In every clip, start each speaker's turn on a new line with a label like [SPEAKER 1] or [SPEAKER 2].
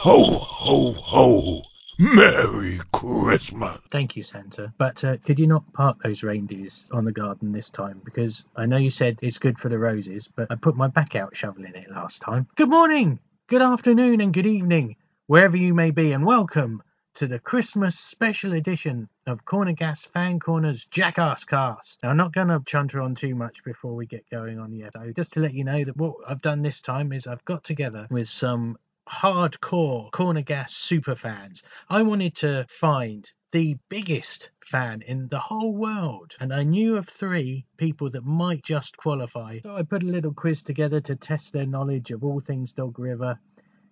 [SPEAKER 1] Ho, ho, ho! Merry Christmas!
[SPEAKER 2] Thank you, Santa. But uh, could you not park those reindeers on the garden this time? Because I know you said it's good for the roses, but I put my back out shoveling it last time. Good morning, good afternoon, and good evening, wherever you may be, and welcome to the Christmas special edition of Corner Gas Fan Corner's Jackass Cast. Now, I'm not going to chunter on too much before we get going on yet. I, just to let you know that what I've done this time is I've got together with some hardcore corner gas super fans i wanted to find the biggest fan in the whole world and i knew of three people that might just qualify so i put a little quiz together to test their knowledge of all things dog river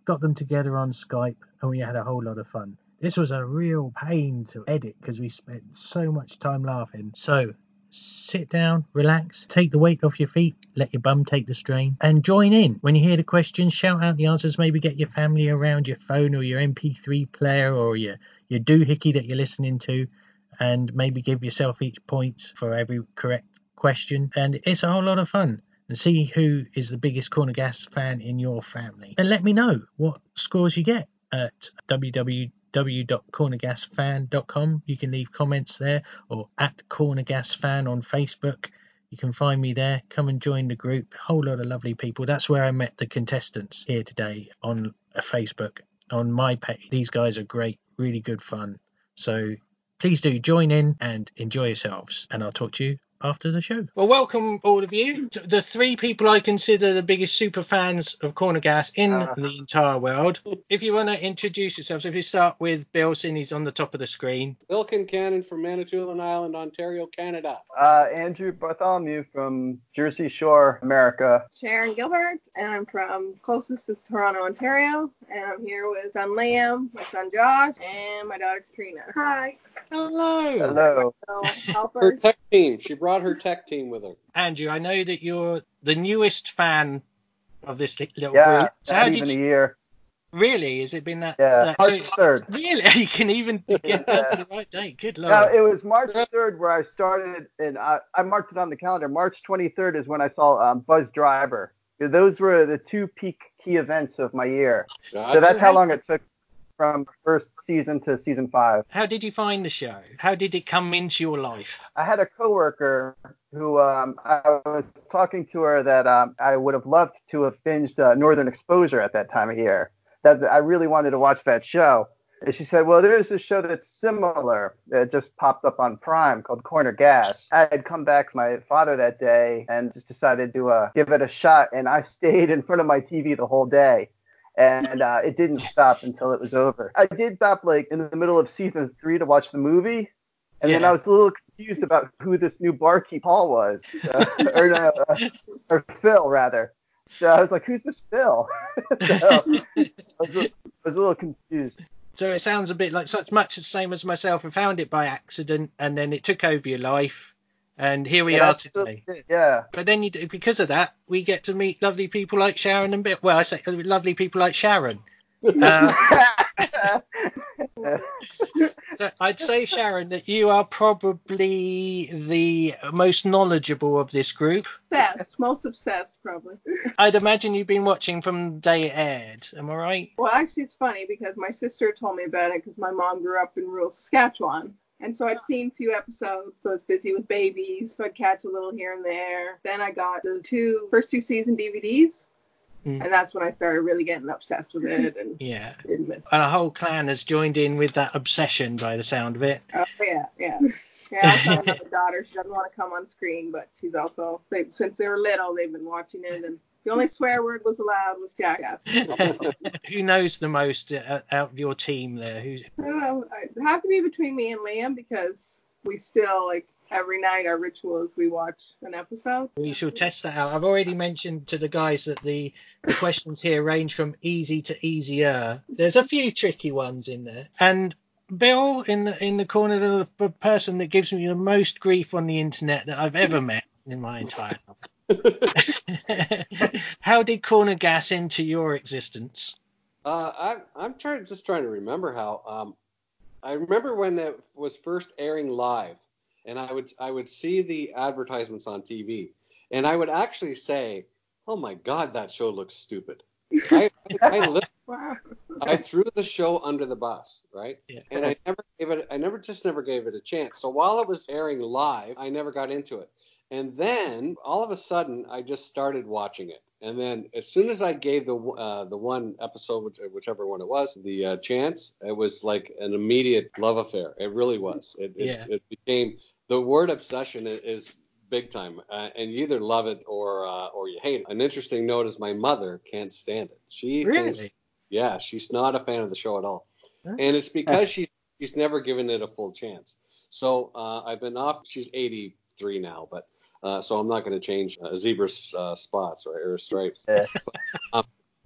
[SPEAKER 2] got them together on skype and we had a whole lot of fun this was a real pain to edit because we spent so much time laughing so sit down, relax, take the weight off your feet, let your bum take the strain, and join in. When you hear the questions, shout out the answers. Maybe get your family around your phone or your MP3 player or your, your doohickey that you're listening to, and maybe give yourself each points for every correct question. And it's a whole lot of fun. And see who is the biggest corner gas fan in your family. And let me know what scores you get at www www.cornergasfan.com. You can leave comments there or at cornergasfan on Facebook. You can find me there. Come and join the group. Whole lot of lovely people. That's where I met the contestants here today on uh, Facebook on my page. These guys are great, really good fun. So please do join in and enjoy yourselves. And I'll talk to you after the show.
[SPEAKER 3] Well, welcome all of you. T- The three people I consider the biggest super fans of Corner Gas in the entire world. If you want to introduce yourselves, if you start with Bill, since he's on the top of the screen.
[SPEAKER 4] Wilkin Cannon from Manitoulin Island, Ontario, Canada.
[SPEAKER 5] Uh, Andrew Bartholomew from Jersey Shore, America.
[SPEAKER 6] Sharon Gilbert, and I'm from closest is Toronto, Ontario, and I'm here with son Liam, my son Josh, and my daughter Katrina. Hi.
[SPEAKER 3] Hello.
[SPEAKER 5] Hello.
[SPEAKER 6] So
[SPEAKER 4] Her
[SPEAKER 6] helpers.
[SPEAKER 4] tech team. She brought her tech team with her.
[SPEAKER 3] Andrew, I know that you're the newest fan of this li- little
[SPEAKER 5] Yeah,
[SPEAKER 3] group. So how
[SPEAKER 5] not
[SPEAKER 3] did
[SPEAKER 5] even a
[SPEAKER 3] you,
[SPEAKER 5] year.
[SPEAKER 3] really? Has it been that?
[SPEAKER 5] Yeah,
[SPEAKER 3] that- so-
[SPEAKER 5] March third.
[SPEAKER 3] really? You can even get that for the right date. Good lord.
[SPEAKER 5] No, it was March third where I started, and I, I marked it on the calendar. March twenty third is when I saw um, Buzz Driver. Those were the two peak key events of my year. So that's how long it took from first season to season five.
[SPEAKER 3] How did you find the show? How did it come into your life?
[SPEAKER 5] I had a coworker who um, I was talking to her that um, I would have loved to have binged uh, Northern Exposure at that time of year. That I really wanted to watch that show. And she said, "Well, there's a show that's similar that just popped up on Prime called Corner Gas." I had come back from my father that day and just decided to uh, give it a shot, and I stayed in front of my TV the whole day and uh, it didn't stop until it was over. I did stop like in the middle of season three to watch the movie, and then
[SPEAKER 3] Yeah.
[SPEAKER 5] I was a little confused about who this new barkeep Paul was, uh, or, no, uh, or Phil rather. So I was like, "Who's this Phil?" so I was, a- I was a little confused.
[SPEAKER 3] So it sounds a bit like such much the same as myself. I found it by accident, and then it took over your life, and here we
[SPEAKER 5] And I
[SPEAKER 3] are
[SPEAKER 5] still
[SPEAKER 3] today.
[SPEAKER 5] did, Yeah.
[SPEAKER 3] But then you, do- because of that, we get to meet lovely people like Sharon and Bill. Well, I say uh, lovely people like Sharon. Uh, so I'd say Sharon that you are probably the most knowledgeable of this group.
[SPEAKER 6] obsessed, most obsessed probably.
[SPEAKER 3] I'd imagine you've been watching from the day it aired. Am I right?
[SPEAKER 6] Well, actually, it's funny because my sister told me about it because my mom grew up in rural Saskatchewan. And so I'd seen a few episodes, but I was busy with babies, so I'd catch a little here and there. Then I got the two first two season DVDs,
[SPEAKER 3] Mm.
[SPEAKER 6] and that's when I started really getting obsessed with it and
[SPEAKER 3] Yeah.
[SPEAKER 6] didn't miss.
[SPEAKER 3] And a whole clan has joined in with that obsession by the sound of it.
[SPEAKER 6] Oh yeah, yeah. Yeah, I also have another daughter. She doesn't want to come on screen, but she's also they, since they were little, they've been watching it, and the only swear word was allowed was jackass. I
[SPEAKER 3] Who knows the most uh, out of your team there? Who's
[SPEAKER 6] uh, don't know. It have to be between me and Liam because we still like every night our ritual is we watch an episode.
[SPEAKER 2] We shall test that out. I've already mentioned to the guys that the, the questions here range from easy to easier. There's a few tricky ones in there. And Bill, in the, in the corner, the, the person that gives me the most grief on the internet that I've ever met in my entire life. How did corner gas into your existence?
[SPEAKER 3] Uh, I, I'm trying, just trying to remember how. Um, I remember when that was first airing live, and I would I would see the advertisements on TV, and I would actually say, "Oh my God, that show looks stupid." I, I, li-
[SPEAKER 6] Wow.
[SPEAKER 3] I threw the show under the bus, right?
[SPEAKER 2] Yeah.
[SPEAKER 3] And I never gave it. I never just never gave it a chance. So while it was airing live, I never got into it. And then all of a sudden, I just started watching it. And then as soon as I gave the uh, the one episode, which, whichever one it was, the uh, chance, it was like an immediate love affair. It really was. It it,
[SPEAKER 2] Yeah.
[SPEAKER 3] it became the word obsession i- is big time, uh, and you either love it or uh, or you hate it. An interesting note is my mother can't stand it. She thinks yeah, she's not a fan of the show at all,
[SPEAKER 2] Huh?
[SPEAKER 3] and it's because she she's never given it a full chance. So uh, I've been off. She's eighty three now, but uh, so I'm not going to change uh, zebra's uh, spots or, or stripes.
[SPEAKER 5] Yeah.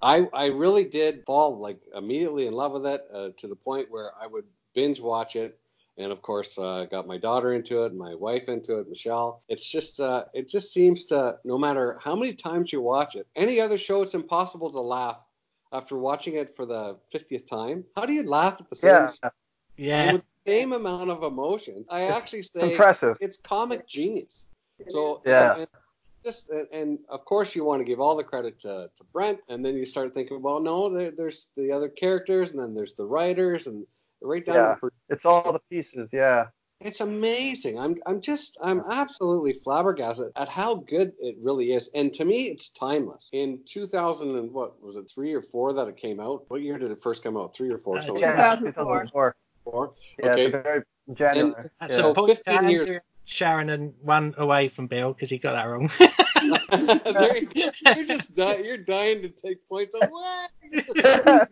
[SPEAKER 3] I I really did fall like immediately in love with it uh, to the point where I would binge watch it. And of course, uh, got my daughter into it, my wife into it, Michelle. It's just, uh, it just seems to, no matter how many times you watch it, any other show, it's impossible to laugh after watching it for the 50th time. How do you laugh at the same,
[SPEAKER 5] Yeah,
[SPEAKER 2] Yeah.
[SPEAKER 3] with the same amount of emotion? I actually
[SPEAKER 5] it's
[SPEAKER 3] say
[SPEAKER 5] impressive.
[SPEAKER 3] it's comic genius. So
[SPEAKER 5] Yeah.
[SPEAKER 3] and- and just and, and of course you want to give all the credit to, to Brent, and then you start thinking, well, no, there, there's the other characters, and then there's the writers, and right down.
[SPEAKER 5] Yeah.
[SPEAKER 3] to the-
[SPEAKER 5] It's all the pieces. Yeah.
[SPEAKER 3] It's amazing. I'm I'm just I'm absolutely flabbergasted at how good it really is, and to me, it's timeless. In 2000 and what was it, three or four that it came out? What year did it first come out? Three or four?
[SPEAKER 2] Uh,
[SPEAKER 3] something like
[SPEAKER 5] Yeah.
[SPEAKER 6] 2004.
[SPEAKER 5] 2004.
[SPEAKER 3] Four.
[SPEAKER 5] Yeah.
[SPEAKER 3] Okay.
[SPEAKER 5] It's a very January.
[SPEAKER 3] And
[SPEAKER 2] That's
[SPEAKER 5] yeah.
[SPEAKER 2] a point
[SPEAKER 3] 15
[SPEAKER 2] to
[SPEAKER 3] years.
[SPEAKER 2] Andrew, Sharon and one away from Bill because he got that wrong.
[SPEAKER 3] there you go. You're just di- you're dying to take points. i what? But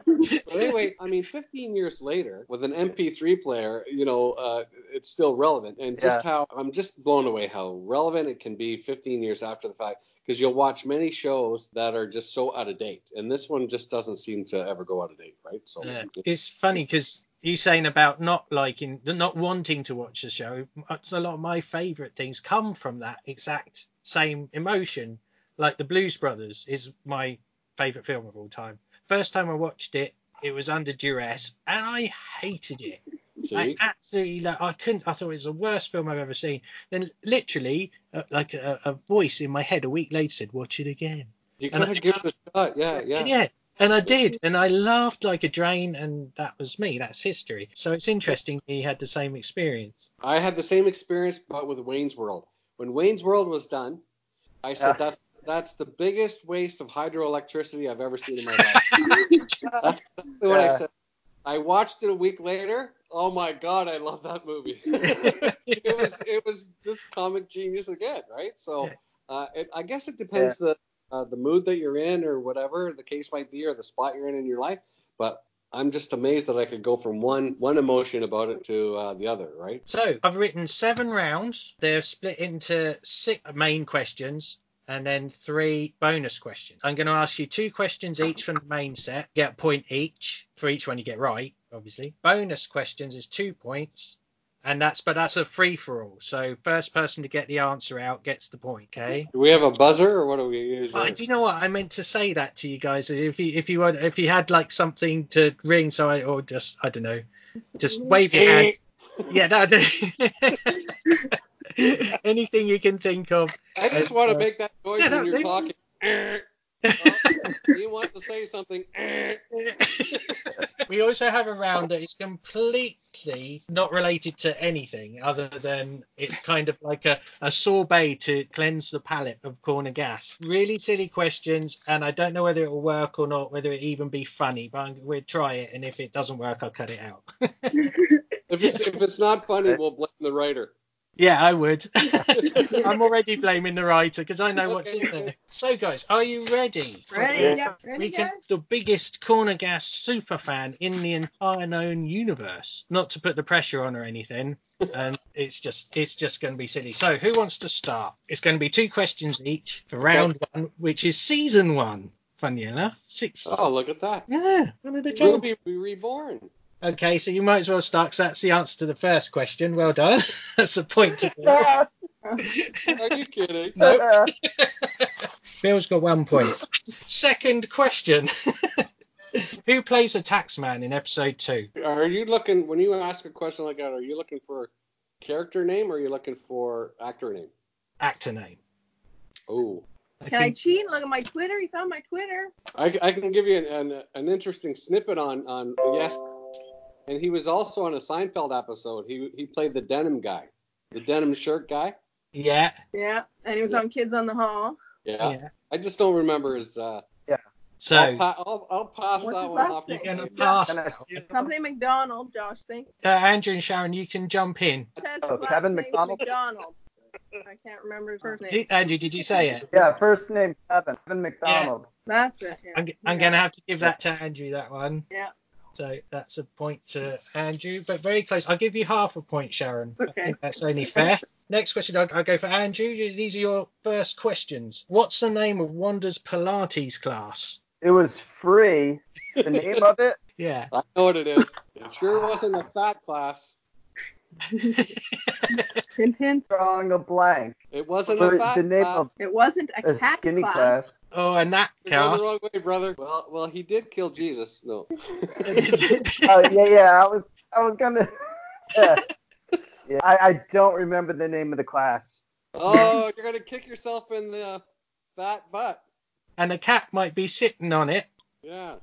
[SPEAKER 3] anyway, I mean, 15 years later, with an MP3 player, you know, uh, it's still relevant. And just how I'm just blown away how relevant it can be 15 years after the fact, because you'll watch many shows that are just so out of date, and this one just doesn't seem to ever go out of date, right? So
[SPEAKER 2] Yeah. It's funny because you saying about not liking, not wanting to watch the show. It's a lot of my favourite things come from that exact same emotion. Like the Blues Brothers is my favourite film of all time. First time I watched it, it was under duress and I hated it. I
[SPEAKER 3] see,
[SPEAKER 2] absolutely like. I couldn't. I thought it was the worst film I've ever seen. Then literally, uh, like a, a voice in my head a week later said, "Watch it again."
[SPEAKER 3] you
[SPEAKER 2] and
[SPEAKER 3] gotta give it a shot. Yeah, yeah.
[SPEAKER 2] And yeah, and I did, and I laughed like a drain, and that was me. That's history. So it's interesting he had the same experience.
[SPEAKER 3] I had the same experience, but with Wayne's World. When Wayne's World was done, I said
[SPEAKER 5] Yeah.
[SPEAKER 3] that's that's the biggest waste of hydroelectricity I've ever seen in my life.
[SPEAKER 6] Uh,
[SPEAKER 3] that's exactly what I
[SPEAKER 5] Yeah.
[SPEAKER 3] said. I watched it a week later. Oh my god, I love that movie. it was it was just comic genius again, right? So uh, it, I guess it depends the uh, the mood that you're in or whatever the case might be or the spot you're in in your life. But I'm just amazed that I could go from one one emotion about it to uh, the other, right?
[SPEAKER 2] So I've written seven rounds. They're split into six main questions and then three bonus questions. I'm going to ask you two questions each from the main set. Get a point each for each one you get right, obviously. Bonus questions is two points. And that's but that's a free for all. So first person to get the answer out gets the point, okay?
[SPEAKER 3] Do we have a buzzer or what do we use?
[SPEAKER 2] Oh,
[SPEAKER 3] there?
[SPEAKER 2] do you know what I meant to say that to you guys? If you if you had, if you had like something to ring, so I or just I don't know, just wave your hand. Yeah, that. Anything you can think of.
[SPEAKER 3] I just want
[SPEAKER 2] Uh,
[SPEAKER 3] to make that noise
[SPEAKER 2] yeah, no,
[SPEAKER 3] when you're
[SPEAKER 2] they-
[SPEAKER 3] talking. Eh. Oh, you want to say something. Eh.
[SPEAKER 2] we also have a round that is completely not related to anything other than it's kind of like a, a sorbet to cleanse the palate of corner gas. Really silly questions, and I don't know whether it will work or not, whether it even be funny, but I'm- we'll try it, and if it doesn't work, I'll cut it out.
[SPEAKER 3] If it's if it's not funny, we'll blame the writer.
[SPEAKER 2] Yeah, I would. I'm already blaming the writer because I know what's in
[SPEAKER 3] Okay.
[SPEAKER 2] there. So, guys, are you ready?
[SPEAKER 6] Ready? Yep. Ready,
[SPEAKER 2] We can
[SPEAKER 6] guys?
[SPEAKER 2] the biggest corner gas super fan in the entire known universe. Not to put the pressure on or anything, and it's just it's just going to be silly. So, who wants to start? It's going to be two questions each for round one, which is season one. Funny enough, six.
[SPEAKER 3] Oh, look at that.
[SPEAKER 2] Yeah, one of the
[SPEAKER 3] We'll
[SPEAKER 2] chances.
[SPEAKER 3] be reborn.
[SPEAKER 2] Okay, so you might as well start 'cause that's the answer to the first question. Well done. that's a point to you.
[SPEAKER 5] Ah,
[SPEAKER 3] Are you kidding?
[SPEAKER 2] No,
[SPEAKER 5] ah,
[SPEAKER 2] Bill's got one point. Second question. Who plays the taxman in episode two?
[SPEAKER 3] Are you looking when you ask a question like that? Are you looking for character name or are you looking for actor name?
[SPEAKER 2] Actor name.
[SPEAKER 3] Oh,
[SPEAKER 2] I
[SPEAKER 6] Can I
[SPEAKER 2] think-
[SPEAKER 6] cheat? Look at my Twitter. He's on my Twitter.
[SPEAKER 3] I, I can give you an, an, an interesting snippet on on yes, and he was also on a Seinfeld episode. He he played the denim guy, the denim shirt guy.
[SPEAKER 2] yeah,
[SPEAKER 6] Yeah. And he was on Kids on the Hall.
[SPEAKER 3] Yeah,
[SPEAKER 2] yeah.
[SPEAKER 3] I just don't remember his. Uh, I'll,
[SPEAKER 2] So
[SPEAKER 3] pa- I'll, I'll pass
[SPEAKER 6] What's
[SPEAKER 3] that
[SPEAKER 6] his
[SPEAKER 3] one
[SPEAKER 6] last
[SPEAKER 3] off.
[SPEAKER 6] name?
[SPEAKER 2] you're gonna
[SPEAKER 3] Yeah.
[SPEAKER 2] pass.
[SPEAKER 5] Can I-
[SPEAKER 2] now.
[SPEAKER 6] Something McDonald, Josh thinks.
[SPEAKER 2] Uh, Andrew and Sharon, you can jump in.
[SPEAKER 6] Says
[SPEAKER 5] Oh,
[SPEAKER 6] his last
[SPEAKER 5] Kevin
[SPEAKER 6] name's
[SPEAKER 5] McDonald?
[SPEAKER 6] McDonald. I can't remember his first name.
[SPEAKER 2] Did- Andrew, did you say it?
[SPEAKER 5] yeah, first name Kevin. Kevin McDonald.
[SPEAKER 6] That's it. Yeah.
[SPEAKER 2] I'm, g- I'm going to have to give that to Andrew, that one.
[SPEAKER 6] Yeah.
[SPEAKER 2] So that's a point to Andrew, but very close. I'll give you half a point, Sharon. I
[SPEAKER 6] Okay.
[SPEAKER 2] think that's only fair. Next question, I'll, I'll go for Andrew. These are your first questions. What's the name of Wanda's Pilates class?
[SPEAKER 5] It was free. The name of it.
[SPEAKER 2] Yeah.
[SPEAKER 3] I know what it is. It sure wasn't a fat class.
[SPEAKER 6] Tintin.
[SPEAKER 5] Drawing a blank.
[SPEAKER 3] It wasn't
[SPEAKER 5] But
[SPEAKER 3] a
[SPEAKER 5] the
[SPEAKER 3] fat
[SPEAKER 5] name
[SPEAKER 3] class.
[SPEAKER 5] of
[SPEAKER 6] It wasn't a
[SPEAKER 5] a
[SPEAKER 6] cat
[SPEAKER 5] skinny
[SPEAKER 6] class.
[SPEAKER 5] class.
[SPEAKER 2] Oh, and that
[SPEAKER 3] You're going the
[SPEAKER 2] class.
[SPEAKER 3] wrong way, brother. Well, well, he did kill Jesus. No,
[SPEAKER 5] Oh yeah, yeah. I was, I was gonna. Yeah. Yeah, I, I don't remember the name of the class.
[SPEAKER 3] oh, you're gonna kick yourself in the uh, fat butt.
[SPEAKER 2] and a cat might be sitting on it.
[SPEAKER 3] Yeah.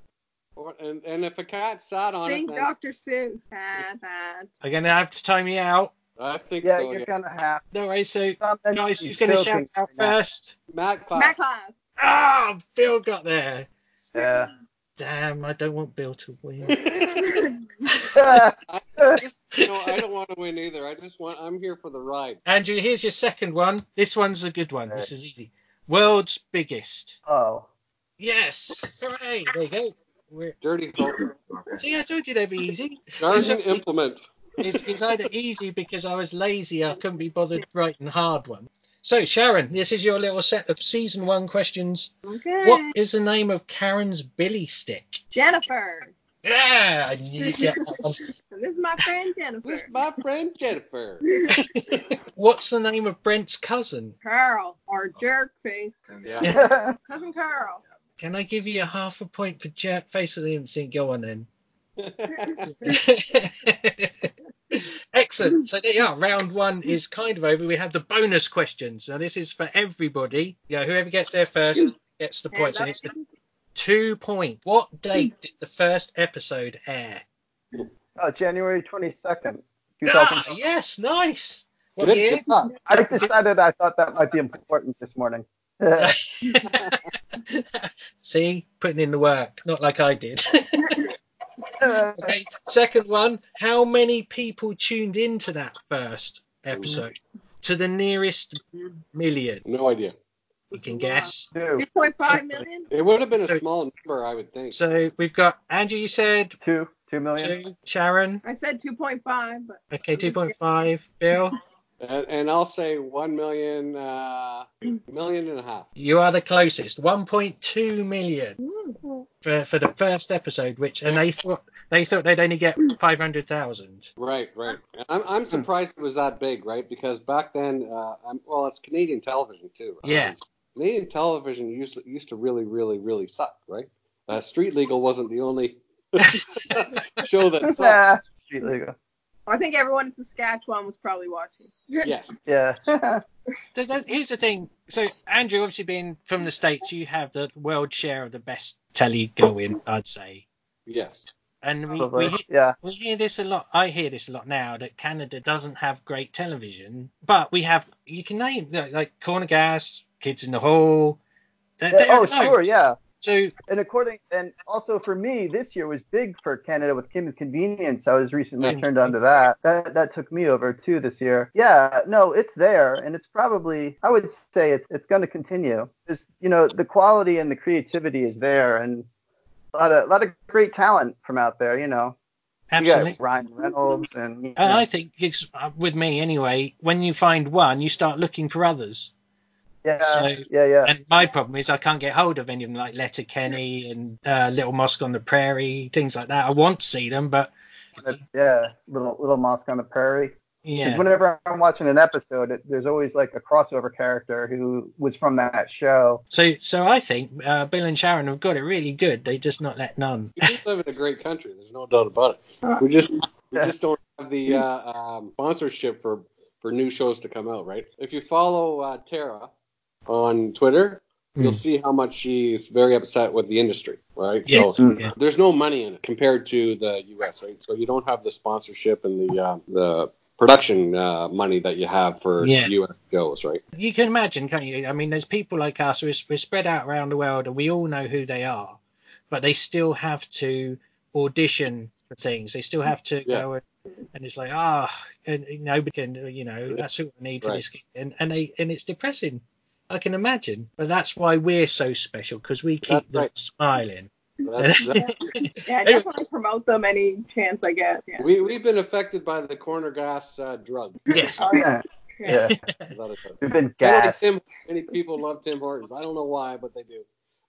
[SPEAKER 3] Or, and, and if a cat sat on
[SPEAKER 6] Think
[SPEAKER 3] it, then
[SPEAKER 6] Dr. Seuss. Ah, ah.
[SPEAKER 2] I'm going to have to time you out.
[SPEAKER 3] I think
[SPEAKER 5] Yeah,
[SPEAKER 3] so.
[SPEAKER 5] you're
[SPEAKER 3] Yeah.
[SPEAKER 5] gonna have.
[SPEAKER 2] No worries. So,
[SPEAKER 5] something
[SPEAKER 2] guys, who's going to shout
[SPEAKER 5] tilting
[SPEAKER 2] out
[SPEAKER 5] right now.
[SPEAKER 2] first?
[SPEAKER 3] Matt class.
[SPEAKER 6] Math class.
[SPEAKER 2] Ah, Bill got there.
[SPEAKER 5] Yeah.
[SPEAKER 2] Damn, I don't want Bill to win.
[SPEAKER 3] Just, you know, I don't want to win either. I just want. I'm here for the ride.
[SPEAKER 2] Andrew, here's your second one. This one's a good one. This is easy. World's biggest.
[SPEAKER 5] oh,
[SPEAKER 2] Yes. Hooray. There you go. We're,
[SPEAKER 3] Dirty poker.
[SPEAKER 2] see, I told you they'd be easy.
[SPEAKER 3] Garden
[SPEAKER 2] It's-
[SPEAKER 3] implement.
[SPEAKER 2] It's, it's either easy because I was lazy, I couldn't be bothered writing hard one. So, Sharon, this is your little set of season one questions.
[SPEAKER 6] Okay.
[SPEAKER 2] What is the name of Karen's billy stick?
[SPEAKER 6] Jennifer.
[SPEAKER 2] Yeah, I knew you'd get that one.
[SPEAKER 6] And this is my friend Jennifer.
[SPEAKER 3] This is my friend Jennifer.
[SPEAKER 2] What's the name of Brent's cousin?
[SPEAKER 6] Carl or jerk face.
[SPEAKER 3] Yeah.
[SPEAKER 5] Oh.
[SPEAKER 6] Cousin Carl.
[SPEAKER 2] Can I give you a half a point for jerk face? I didn't think. Go on then. Excellent. So there you are. Round one is kind of over. We have the bonus questions. Now this is for everybody. Yeah, whoever gets there first gets the points. And it's the two point. What date did the first episode air?
[SPEAKER 5] oh, January twenty second, two
[SPEAKER 2] Ah,
[SPEAKER 5] thousand.
[SPEAKER 2] yes, nice. What year?
[SPEAKER 3] Good job.
[SPEAKER 5] I decided I thought that might be important this morning.
[SPEAKER 2] See, putting in the work, not like I did. okay, second one. How many people tuned into that first episode? To the nearest million,
[SPEAKER 3] No idea.
[SPEAKER 2] you can guess.
[SPEAKER 5] two,
[SPEAKER 6] 2.5 million?
[SPEAKER 3] It would have been a small number, I would think.
[SPEAKER 2] So we've got Andrew. You said
[SPEAKER 5] two, two million.
[SPEAKER 2] two. Sharon.
[SPEAKER 6] I said 2.5, but
[SPEAKER 2] Okay, two point five. Bill,
[SPEAKER 3] And, and I'll say one million, uh, million and a half.
[SPEAKER 2] you are the closest. One point two million
[SPEAKER 6] hmm.
[SPEAKER 2] for, for the first episode, which and they thought they thought they'd only get five hundred thousand.
[SPEAKER 3] Right, right. And I'm,
[SPEAKER 2] Hmm.
[SPEAKER 3] I'm surprised it was that big, right? Because back then, uh, I'm, well, it's Canadian television too. Um,
[SPEAKER 2] Yeah.
[SPEAKER 3] Canadian television used to, used to really, really, really suck, right? Uh, Street Legal wasn't the only show that sucked.
[SPEAKER 5] Ah, street legal.
[SPEAKER 6] I think everyone in Saskatchewan was probably watching.
[SPEAKER 3] Yes.
[SPEAKER 5] Yeah.
[SPEAKER 2] So that, here's the thing. So Andrew, obviously being from the states, you have the world share of the best telly going, I'd say.
[SPEAKER 3] Yes.
[SPEAKER 2] And we we,
[SPEAKER 5] Probably.
[SPEAKER 2] he-
[SPEAKER 5] Yeah.
[SPEAKER 2] we hear this a lot. I hear this a lot now that Canada doesn't have great television, but we have. You can name like, like Corner Gas, Kids in the Hall. There,
[SPEAKER 5] Yeah,
[SPEAKER 2] there are
[SPEAKER 5] Oh, sure.
[SPEAKER 2] loads.
[SPEAKER 5] Yeah.
[SPEAKER 2] So
[SPEAKER 5] and according and also for me this year was big for canada with kim's convenience i was recently
[SPEAKER 2] Nice.
[SPEAKER 5] turned on to that. that that took me over too this year yeah no it's there and it's probably i would say it's it's going to continue Just you know the quality and the creativity is there and a lot of a lot of great talent from out there you know
[SPEAKER 2] absolutely.
[SPEAKER 5] you got ryan reynolds and you
[SPEAKER 2] And
[SPEAKER 5] know,
[SPEAKER 2] I think it's uh, with me anyway. When you find one, you start looking for others.
[SPEAKER 5] yeah
[SPEAKER 2] so-
[SPEAKER 5] yeah yeah
[SPEAKER 2] And my problem is I can't get hold of any of them, like Letter Kenny and uh, Little Mosque on the Prairie, things like that. I want to see them, but
[SPEAKER 5] yeah little little mosque on the prairie Because
[SPEAKER 2] yeah,
[SPEAKER 5] whenever I'm watching an episode, it, there's always like a crossover character who was from that show.
[SPEAKER 2] So, so I think uh, Bill and Sharon have got it really good. They just not let none.
[SPEAKER 3] We do live in a great country. There's no doubt about it. We just we just don't have the uh, um, sponsorship for for new shows to come out, right? If you follow uh, Tara on Twitter, you'll
[SPEAKER 2] Hmm.
[SPEAKER 3] see how much she's very upset with the industry, right?
[SPEAKER 2] Yes,
[SPEAKER 3] So,
[SPEAKER 2] yeah.
[SPEAKER 3] there's no money in it compared to the U.S., right? So you don't have the sponsorship and the uh, the production uh, money that you have for
[SPEAKER 2] Yeah.
[SPEAKER 3] U.S. shows, right?
[SPEAKER 2] you can imagine, can't you? I mean, there's people like us. We're, we're spread out around the world, and we all know who they are, but they still have to audition for things. They still have to
[SPEAKER 3] Yeah.
[SPEAKER 2] go and, and it's like ah, and and nobody can. You know, that's what we need for
[SPEAKER 3] Right.
[SPEAKER 2] this. And and they and it's depressing. I can imagine, but that's why we're so special because we keep
[SPEAKER 3] That's
[SPEAKER 2] them
[SPEAKER 3] right.
[SPEAKER 2] smiling.
[SPEAKER 3] That's, that's
[SPEAKER 6] Yeah, I definitely promote them any chance I get. Yeah.
[SPEAKER 3] we we've been affected by the corner gas uh, drug.
[SPEAKER 2] yes.
[SPEAKER 6] Oh, yeah.
[SPEAKER 5] Yeah, yeah.
[SPEAKER 3] without a doubt.
[SPEAKER 5] we've been
[SPEAKER 3] I don't
[SPEAKER 5] gassed.
[SPEAKER 3] think Tim, many people love Tim Hortons. I don't know why, but they do.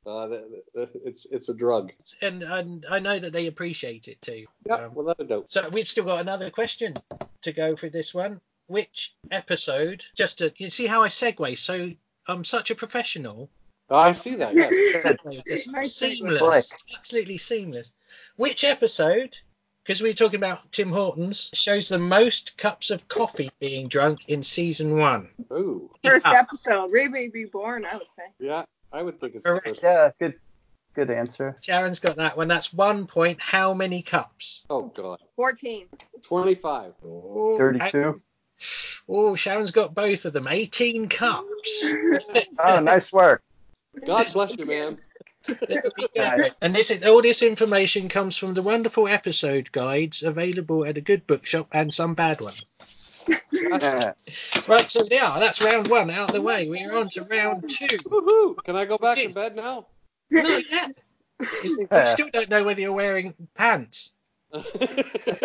[SPEAKER 3] Uh, the, the, it's it's a drug.
[SPEAKER 2] and and I know that they appreciate it too.
[SPEAKER 3] Yeah,
[SPEAKER 2] Um,
[SPEAKER 3] without a doubt.
[SPEAKER 2] so we've still got another question to go for this one. Which episode? Just to you see how I segue. So I'm such a professional.
[SPEAKER 3] Oh, I see that. Yeah.
[SPEAKER 2] Segue, just
[SPEAKER 6] Nice segue.
[SPEAKER 2] seamless, absolutely seamless. Which episode? Because we were talking about Tim Hortons shows the most cups of coffee being drunk in season one.
[SPEAKER 3] Ooh.
[SPEAKER 6] First
[SPEAKER 2] Yeah.
[SPEAKER 6] episode, Rebe Reborn, I would say.
[SPEAKER 3] Yeah, I would think it's
[SPEAKER 2] Correct.
[SPEAKER 3] the first.
[SPEAKER 5] Yeah, good, good answer.
[SPEAKER 2] Sharon's got that one. That's one point. How many cups?
[SPEAKER 3] Oh God,
[SPEAKER 6] 14.
[SPEAKER 3] twenty-five.
[SPEAKER 2] Oh,
[SPEAKER 5] Thirty-two.
[SPEAKER 2] Oh, Sharon's got both of them. 18 cups.
[SPEAKER 5] Oh, nice work.
[SPEAKER 3] God bless you, man.
[SPEAKER 2] There we go.
[SPEAKER 5] Nice.
[SPEAKER 2] And this is, all this information comes from the wonderful episode guides available at a good bookshop and some bad ones.
[SPEAKER 5] Yeah.
[SPEAKER 2] Right, so yeah, that's round one out of the way. We're on to round two.
[SPEAKER 3] Woohoo! Can I go back in bed now?
[SPEAKER 2] No, yeah. You see, we still don't know whether you're wearing pants.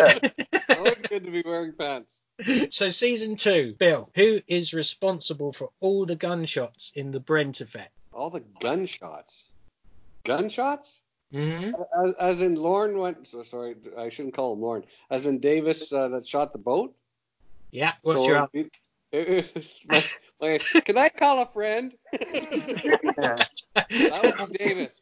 [SPEAKER 3] Always good to be wearing pants.
[SPEAKER 2] So, season two, Bill, who is responsible for all the gunshots in the Brent effect?
[SPEAKER 3] All the gunshots. Gunshots?
[SPEAKER 2] hmm
[SPEAKER 3] As, as in Lorne went. So sorry, I shouldn't call him Lorne. As in Davis uh, that shot the boat.
[SPEAKER 2] Yeah, what's
[SPEAKER 3] So
[SPEAKER 2] your
[SPEAKER 3] it- it was like- like, can I call a friend?
[SPEAKER 5] yeah.
[SPEAKER 3] That would be Davis.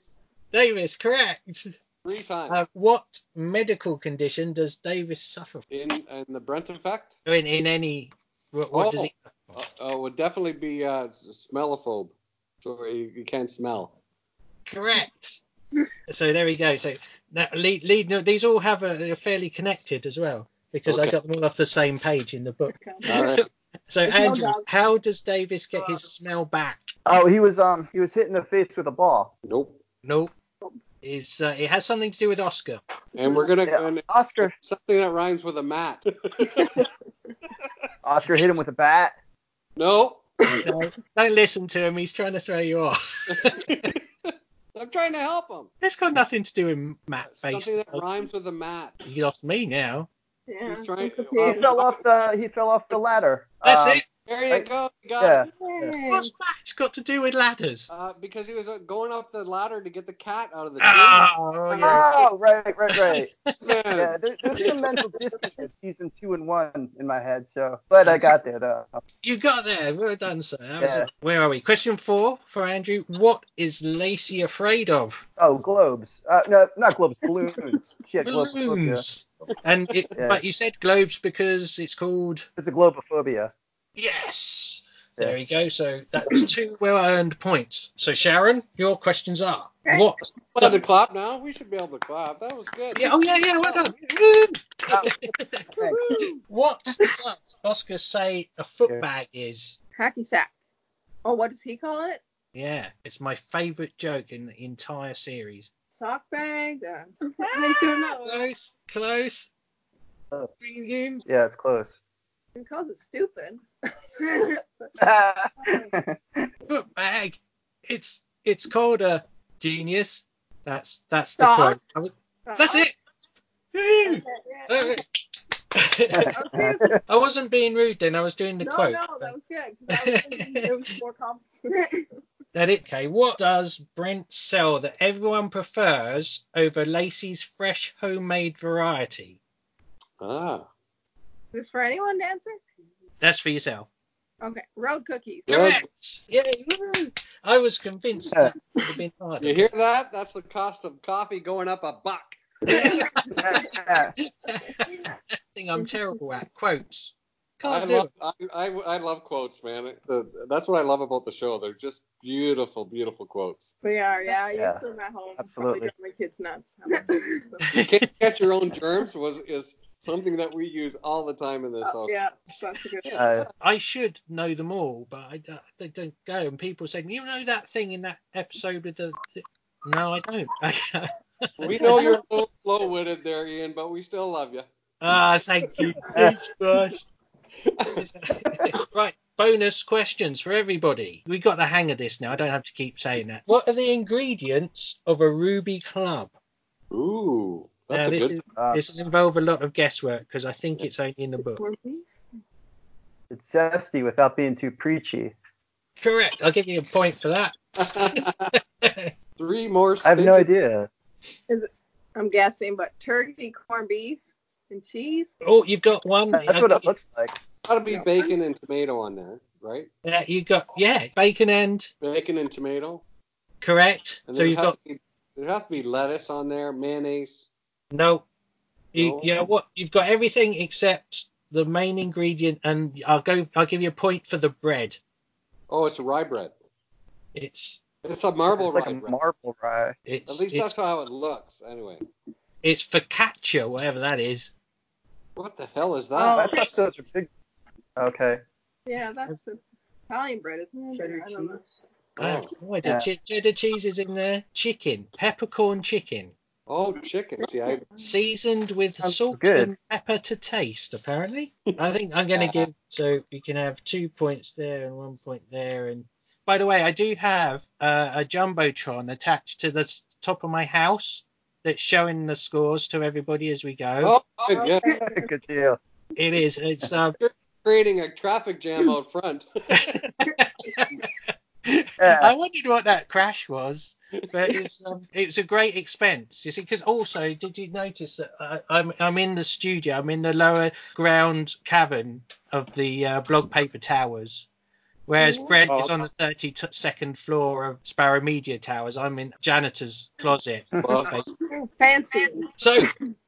[SPEAKER 2] Davis, correct.
[SPEAKER 3] Three times
[SPEAKER 2] Uh, what medical condition does Davis suffer from?
[SPEAKER 3] in in the Brent effect.
[SPEAKER 2] In, in any. What, what does
[SPEAKER 3] Oh.
[SPEAKER 2] he.
[SPEAKER 3] Uh, oh, would definitely be uh, s- smellophobe. So you, you can't smell.
[SPEAKER 2] Correct. so there we go. So that lead, lead, no, these all have a, are fairly connected as well because I
[SPEAKER 3] Okay.
[SPEAKER 2] got them all off the same page in the book.
[SPEAKER 3] All right.
[SPEAKER 2] So
[SPEAKER 6] There's no
[SPEAKER 2] Andrew,
[SPEAKER 6] doubt.
[SPEAKER 2] how does Davis get his smell back?
[SPEAKER 5] Oh, he was um he was hit in the face with a ball.
[SPEAKER 3] Nope.
[SPEAKER 2] Nope. Is uh, it has something to do with Oscar?
[SPEAKER 3] And we're gonna
[SPEAKER 5] Yeah.
[SPEAKER 3] and
[SPEAKER 5] Oscar
[SPEAKER 3] something that rhymes with a mat.
[SPEAKER 5] Oscar hit him with a bat.
[SPEAKER 3] no.
[SPEAKER 2] No, don't listen to him. He's trying to throw you off.
[SPEAKER 3] I'm trying to help him.
[SPEAKER 2] It's got nothing to do with Matt.
[SPEAKER 3] Something that
[SPEAKER 2] Baseball.
[SPEAKER 3] rhymes with a mat.
[SPEAKER 2] You lost me now.
[SPEAKER 6] Yeah.
[SPEAKER 3] He's trying-
[SPEAKER 6] That's
[SPEAKER 5] He
[SPEAKER 6] okay.
[SPEAKER 3] Yeah.
[SPEAKER 5] fell off the he fell off the ladder.
[SPEAKER 2] Oh. That's
[SPEAKER 5] Um,
[SPEAKER 2] it.
[SPEAKER 3] There
[SPEAKER 5] I-
[SPEAKER 3] you go. You got
[SPEAKER 5] Yeah.
[SPEAKER 3] it.
[SPEAKER 6] Yay.
[SPEAKER 2] What's Matt's got to do with ladders?
[SPEAKER 3] Uh, because he was uh, going up the ladder to get the cat out of the tree.
[SPEAKER 2] Oh, yeah.
[SPEAKER 5] Oh, right, right, right.
[SPEAKER 3] Man.
[SPEAKER 5] Yeah, there, there's some mental distance of season two and one in my head, so glad I got there though.
[SPEAKER 2] You got there. Well done, sir. That was
[SPEAKER 5] Yeah.
[SPEAKER 2] it. Where are we? Question four for Andrew. What is Lacey afraid of?
[SPEAKER 5] Oh, globes. Uh, no, not globes. Balloons. She had globophobia.
[SPEAKER 2] Balloons. And it,
[SPEAKER 5] Yeah.
[SPEAKER 2] but you said globes because it's called.
[SPEAKER 5] It's a globophobia.
[SPEAKER 2] Yes.
[SPEAKER 5] Yeah.
[SPEAKER 2] There you go. So that's two well earned points. So Sharon, your questions are what?
[SPEAKER 3] We're allowed to clap now. We should be able to clap. That was good.
[SPEAKER 2] Yeah, oh yeah, yeah. Well done. Woo!
[SPEAKER 5] Oh. Thanks.
[SPEAKER 2] What does Oscar say a footbag is?
[SPEAKER 6] Hacky sack. Oh, what does he call it?
[SPEAKER 2] Yeah, it's my favorite joke in the entire series.
[SPEAKER 6] Sock bag. Uh, I don't know.
[SPEAKER 2] Close, close.
[SPEAKER 5] Oh.
[SPEAKER 2] Bring it in.
[SPEAKER 5] Yeah, it's close.
[SPEAKER 6] He calls it stupid.
[SPEAKER 5] Uh,
[SPEAKER 2] Foot bag. It's it's called a genius. That's that's the
[SPEAKER 6] Stop.
[SPEAKER 2] point. That's it. Woo! I wasn't being rude then. I was doing the
[SPEAKER 6] Oh, no,
[SPEAKER 2] quote.
[SPEAKER 6] no, that was good. 'cause I was thinking it was more complicated.
[SPEAKER 2] That it, okay. What does Brent sell that everyone prefers over Lacey's fresh homemade variety?
[SPEAKER 3] Ah,
[SPEAKER 6] this for anyone to answer?
[SPEAKER 2] That's for yourself.
[SPEAKER 6] Okay. Road cookies.
[SPEAKER 3] good.
[SPEAKER 2] Correct. Yeah. woo. I was convinced that would have been harder.
[SPEAKER 3] You hear that? That's the cost of coffee going up a buck.
[SPEAKER 2] thing I'm terrible at quotes.
[SPEAKER 3] I
[SPEAKER 2] Can't do
[SPEAKER 3] love,
[SPEAKER 2] it.
[SPEAKER 3] I, I, I love quotes, man. It- the- that's what I love about the show. They're just beautiful, beautiful quotes.
[SPEAKER 6] We are, yeah. I
[SPEAKER 5] Yeah,
[SPEAKER 6] used them at home.
[SPEAKER 5] absolutely.
[SPEAKER 6] Probably drove my kids nuts. how much I used them.
[SPEAKER 3] You can't catch your own germs was is something that we use all the time in this
[SPEAKER 6] Oh,
[SPEAKER 3] house.
[SPEAKER 6] yeah, that's a good one.
[SPEAKER 5] Uh,
[SPEAKER 2] I should know them all, but I, uh, they don't go. And people say, "You know that thing in that episode with the." No, I don't.
[SPEAKER 3] We know you're a little slow witted there, Ian, but we still love you.
[SPEAKER 2] Ah, thank you. Thanks, guys. right, bonus questions for everybody. We got the hang of this now. I don't have to keep saying that. What are the ingredients of a Ruby Club?
[SPEAKER 3] Ooh, that's
[SPEAKER 2] now,
[SPEAKER 3] a
[SPEAKER 2] this
[SPEAKER 3] good.
[SPEAKER 2] is
[SPEAKER 5] uh,
[SPEAKER 2] this will involve a lot of guesswork because I think it's only in the book.
[SPEAKER 6] Were we?
[SPEAKER 5] it's zesty without being too preachy.
[SPEAKER 2] Correct. I'll give you a point for that.
[SPEAKER 3] Three more.
[SPEAKER 5] I have no
[SPEAKER 3] stinking-
[SPEAKER 5] idea.
[SPEAKER 6] I'm guessing, but turkey, corned beef, and cheese.
[SPEAKER 2] Oh, you've got one.
[SPEAKER 5] That's what it looks like.
[SPEAKER 3] Gotta be bacon and tomato on there, right?
[SPEAKER 2] Yeah, you got yeah, bacon and
[SPEAKER 3] Bacon and tomato.
[SPEAKER 2] correct.
[SPEAKER 3] And
[SPEAKER 2] So
[SPEAKER 3] there'd
[SPEAKER 2] you've
[SPEAKER 3] have
[SPEAKER 2] got
[SPEAKER 3] to be, there has to be lettuce on there, mayonnaise.
[SPEAKER 2] no. You,
[SPEAKER 3] No.
[SPEAKER 2] yeah, what you've got everything except the main ingredient, and I'll go. I'll give you a point for the bread.
[SPEAKER 3] Oh, it's a rye bread.
[SPEAKER 2] It's
[SPEAKER 3] It's a marble
[SPEAKER 5] It's like a
[SPEAKER 3] rye bread.
[SPEAKER 5] marble rye.
[SPEAKER 3] At
[SPEAKER 2] it's
[SPEAKER 3] least
[SPEAKER 2] it's,
[SPEAKER 3] that's how it looks. Anyway,
[SPEAKER 2] it's focaccia, whatever that is.
[SPEAKER 3] what the hell is
[SPEAKER 5] I
[SPEAKER 3] that?
[SPEAKER 5] thought those were big. Okay.
[SPEAKER 6] Yeah, that's the Italian bread, isn't it?
[SPEAKER 7] Cheddar
[SPEAKER 6] I don't know.
[SPEAKER 2] I have
[SPEAKER 3] Oh,
[SPEAKER 2] no idea.
[SPEAKER 5] Yeah.
[SPEAKER 2] Che- cheddar cheese is in there. Chicken, peppercorn chicken,
[SPEAKER 3] oh, chicken. See, I,
[SPEAKER 2] seasoned with
[SPEAKER 5] Sounds
[SPEAKER 2] salt
[SPEAKER 5] good.
[SPEAKER 2] and pepper to taste. Apparently, I think I'm going to give. So you can have two points there and one point there. And by the way, I do have uh, a jumbotron attached to the s- top of my house that's showing the scores to everybody as we go.
[SPEAKER 3] oh, good. yeah.
[SPEAKER 5] good deal.
[SPEAKER 2] It is. It's um,
[SPEAKER 3] creating a traffic jam out front.
[SPEAKER 5] Yeah.
[SPEAKER 2] I wondered what that crash was, but it's um, it's a great expense, you see. Because also, did you notice that I, I'm I'm in the studio, I'm in the lower ground cavern of the uh, Blog Paper Towers, whereas Brent is on the 32nd floor of Sparrow Media Towers. I'm in janitor's closet.
[SPEAKER 3] Well,
[SPEAKER 6] Fancy.
[SPEAKER 2] So,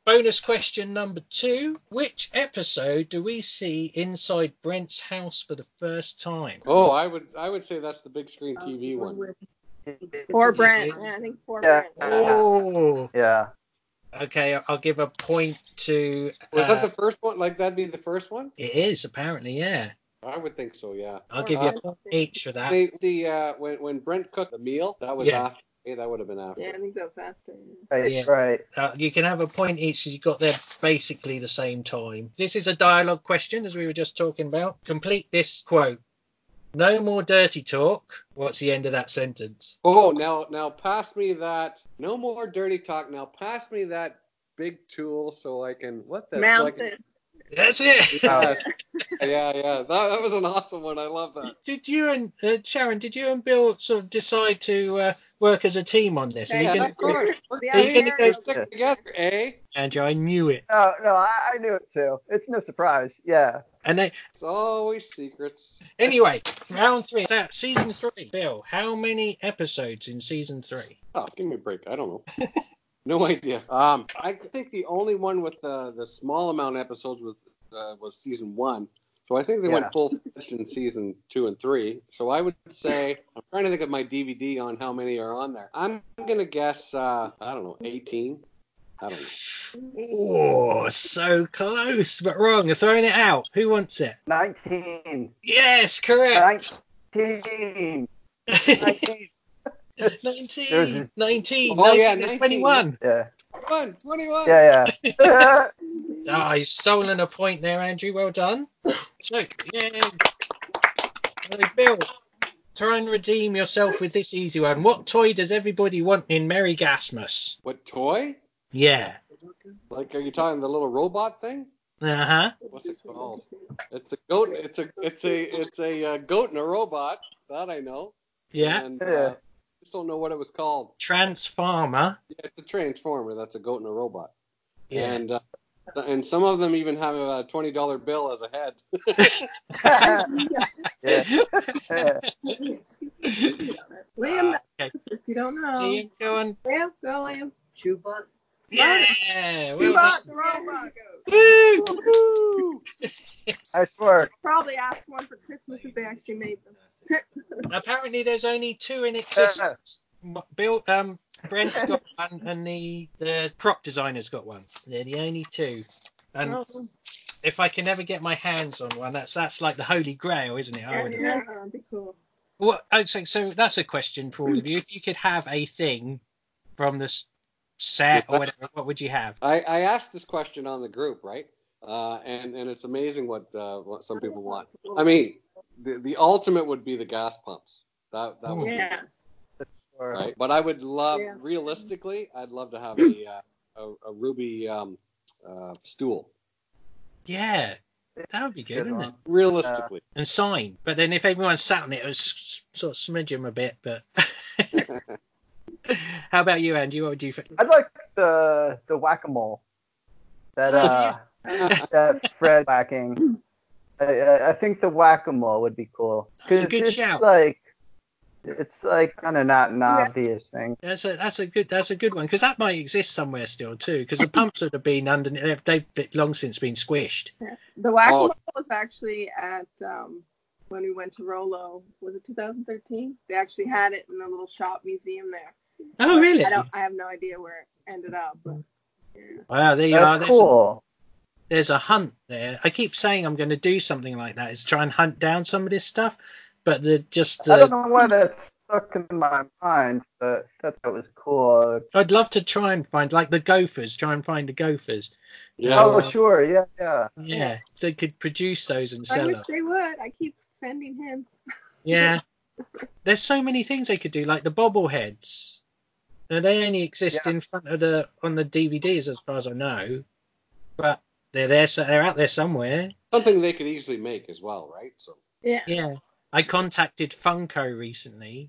[SPEAKER 2] bonus question number two: Which episode do we see inside Brent's house for the first time?
[SPEAKER 3] oh, I would I would say that's the big screen TV one.
[SPEAKER 6] Four brand. Yeah, I think four
[SPEAKER 5] Yeah.
[SPEAKER 6] brand.
[SPEAKER 2] Oh.
[SPEAKER 5] Yeah.
[SPEAKER 2] Okay, I'll give a point to.
[SPEAKER 3] Was
[SPEAKER 2] uh,
[SPEAKER 3] that the first one? Like that'd be the first one?
[SPEAKER 2] It is apparently, yeah.
[SPEAKER 3] I would think so. Yeah.
[SPEAKER 2] I'll give you a point each for that.
[SPEAKER 3] They, the uh, when when Brent cooked the meal, that was
[SPEAKER 2] Yeah.
[SPEAKER 3] after. Yeah, that would have been after.
[SPEAKER 6] Yeah, I think that was after.
[SPEAKER 5] Right.
[SPEAKER 2] Yeah.
[SPEAKER 5] Right.
[SPEAKER 2] Uh, you can have a point each because you got there basically the same time. This is a dialogue question, as we were just talking about. Complete this quote. No more dirty talk. What's the end of that sentence?
[SPEAKER 3] Oh, now now pass me that. No more dirty talk. Now pass me that big tool so I can what the so I
[SPEAKER 6] Mountain.
[SPEAKER 3] can-
[SPEAKER 2] That's it.
[SPEAKER 3] Yes. yeah, yeah. That, that was an awesome one. I love that.
[SPEAKER 2] Did you and uh, Sharon? Did you and Bill sort of decide to uh, work as a team on this? Are you
[SPEAKER 3] Yeah,
[SPEAKER 2] going
[SPEAKER 3] of course. We're
[SPEAKER 6] Yeah,
[SPEAKER 3] team.
[SPEAKER 2] yeah.
[SPEAKER 3] We're stick together, eh?
[SPEAKER 2] Andrew, I knew it.
[SPEAKER 5] No, Oh, no, I, I knew it too. It's no surprise. Yeah.
[SPEAKER 2] And they,
[SPEAKER 3] It's always secrets.
[SPEAKER 2] Anyway, round three. So, season three. Bill, how many episodes in season three?
[SPEAKER 3] Oh, give me a break. I don't know. no idea. Um, I think the only one with the the small amount of episodes was uh, was season one. So I think they
[SPEAKER 5] Yeah.
[SPEAKER 3] went full fledged in season two and three. So I would say I'm trying to think of my DVD on how many are on there. I'm gonna guess. Uh, I don't know, 18. I don't know.
[SPEAKER 2] Oh, so close, but wrong. You're throwing it out. Who wants it?
[SPEAKER 5] 19.
[SPEAKER 2] Yes, correct.
[SPEAKER 5] 19. 19.
[SPEAKER 2] 19, 19,
[SPEAKER 3] Oh, yeah,
[SPEAKER 2] 19,
[SPEAKER 3] 19.
[SPEAKER 2] 21.
[SPEAKER 5] Yeah.
[SPEAKER 3] 21, 21.
[SPEAKER 5] Yeah, yeah.
[SPEAKER 2] Ah, you've stolen a point there, Andrew. Well done. So, yay. So, Bill, try and redeem yourself with this easy one. What toy does everybody want in Merry Gasmus?
[SPEAKER 3] What toy?
[SPEAKER 2] Yeah.
[SPEAKER 3] Like, are you talking the little robot thing?
[SPEAKER 2] Uh huh.
[SPEAKER 3] What's it called? It's a goat. It's a it's a it's a uh, goat and a robot. That I know.
[SPEAKER 2] Yeah.
[SPEAKER 3] And, uh,
[SPEAKER 5] Yeah.
[SPEAKER 3] just don't know what it was called.
[SPEAKER 2] Transformer.
[SPEAKER 3] Yeah, it's a transformer. That's a goat and a robot.
[SPEAKER 2] Yeah.
[SPEAKER 3] And uh, and some of them even have a twenty dollar bill as a head. Uh,
[SPEAKER 5] yeah. yeah.
[SPEAKER 2] uh,
[SPEAKER 6] Liam,
[SPEAKER 2] okay.
[SPEAKER 6] if you don't know,
[SPEAKER 2] Ian, go on.
[SPEAKER 6] Liam, go Liam.
[SPEAKER 7] Chewbot.
[SPEAKER 2] Yeah. Well done.
[SPEAKER 6] Chewbacca, the robot
[SPEAKER 2] Woo!
[SPEAKER 6] goes.
[SPEAKER 3] Woo!
[SPEAKER 5] I swear.
[SPEAKER 6] Probably ask one for Christmas if they actually made them.
[SPEAKER 2] Apparently, there's only two in existence. M- Bill, um, Brent's got one, and the the prop designer's got one. They're the only two. And
[SPEAKER 6] Oh,
[SPEAKER 2] if I can ever get my hands on one, that's that's like the holy grail, isn't it? I would have.
[SPEAKER 6] yeah, that'd be cool.
[SPEAKER 2] Well, I'd say so. That's a question for all of you. If you could have a thing from this set or whatever, what would you have?
[SPEAKER 3] I, I asked this question on the group, right? Uh, and and it's amazing what uh, what some people want. I mean, the, the ultimate would be the gas pumps. That that would be
[SPEAKER 6] Yeah.
[SPEAKER 5] Swear.
[SPEAKER 3] right. But I would love,
[SPEAKER 6] Yeah.
[SPEAKER 3] realistically, I'd love to have a uh, a, a ruby um, uh, stool.
[SPEAKER 2] Yeah, that would be good,
[SPEAKER 5] Good
[SPEAKER 2] wouldn't
[SPEAKER 5] one.
[SPEAKER 2] it?
[SPEAKER 3] Realistically,
[SPEAKER 2] And sign. But then if everyone sat on it, it would s- sort of smudge them a bit. But how about you, Andy? What would you think?
[SPEAKER 5] I'd like the the whack a mole. That uh, that Fred whacking. I- I, I think the whack a mole would be cool.
[SPEAKER 2] That's a
[SPEAKER 5] 'Cause
[SPEAKER 2] good
[SPEAKER 5] it's
[SPEAKER 2] shout.
[SPEAKER 5] Like, it's like kind of not an
[SPEAKER 6] Yeah.
[SPEAKER 5] obvious thing.
[SPEAKER 2] That's a that's a good that's a good one because that might exist somewhere still too because the pumps would have been under they've, they've been- long since been squished.
[SPEAKER 6] The whack a
[SPEAKER 3] Oh.
[SPEAKER 6] mole was actually at um, when we went to Rolo. Was it 2013? They actually had it in a little shop museum there.
[SPEAKER 2] Oh really? Mm-hmm.
[SPEAKER 6] I don't. I have no idea where it ended up. But yeah.
[SPEAKER 2] Wow, there you are.
[SPEAKER 5] That's
[SPEAKER 2] There's a-
[SPEAKER 5] cool.
[SPEAKER 2] there's a hunt there. I keep saying I'm going to do something like that is try and hunt down some of this stuff, but the just
[SPEAKER 5] I don't
[SPEAKER 2] the,
[SPEAKER 5] know why that stuck in my mind, but I thought that was cool.
[SPEAKER 2] I'd love to try and find like the gophers. Try and find the gophers.
[SPEAKER 3] yeah.
[SPEAKER 5] Oh,
[SPEAKER 2] Yes.
[SPEAKER 5] sure, yeah, yeah.
[SPEAKER 2] Yeah, they could produce those and
[SPEAKER 6] I
[SPEAKER 2] sell
[SPEAKER 6] wish
[SPEAKER 2] them.
[SPEAKER 6] they would. I keep sending him.
[SPEAKER 2] Yeah, there's so many things they could do like the bobbleheads. Now, they only exist in front of the on the DVDs as far as I know, but they're there. So they're out there somewhere.
[SPEAKER 3] something they could easily make as well, right? So
[SPEAKER 6] Yeah.
[SPEAKER 2] Yeah, I contacted Funko recently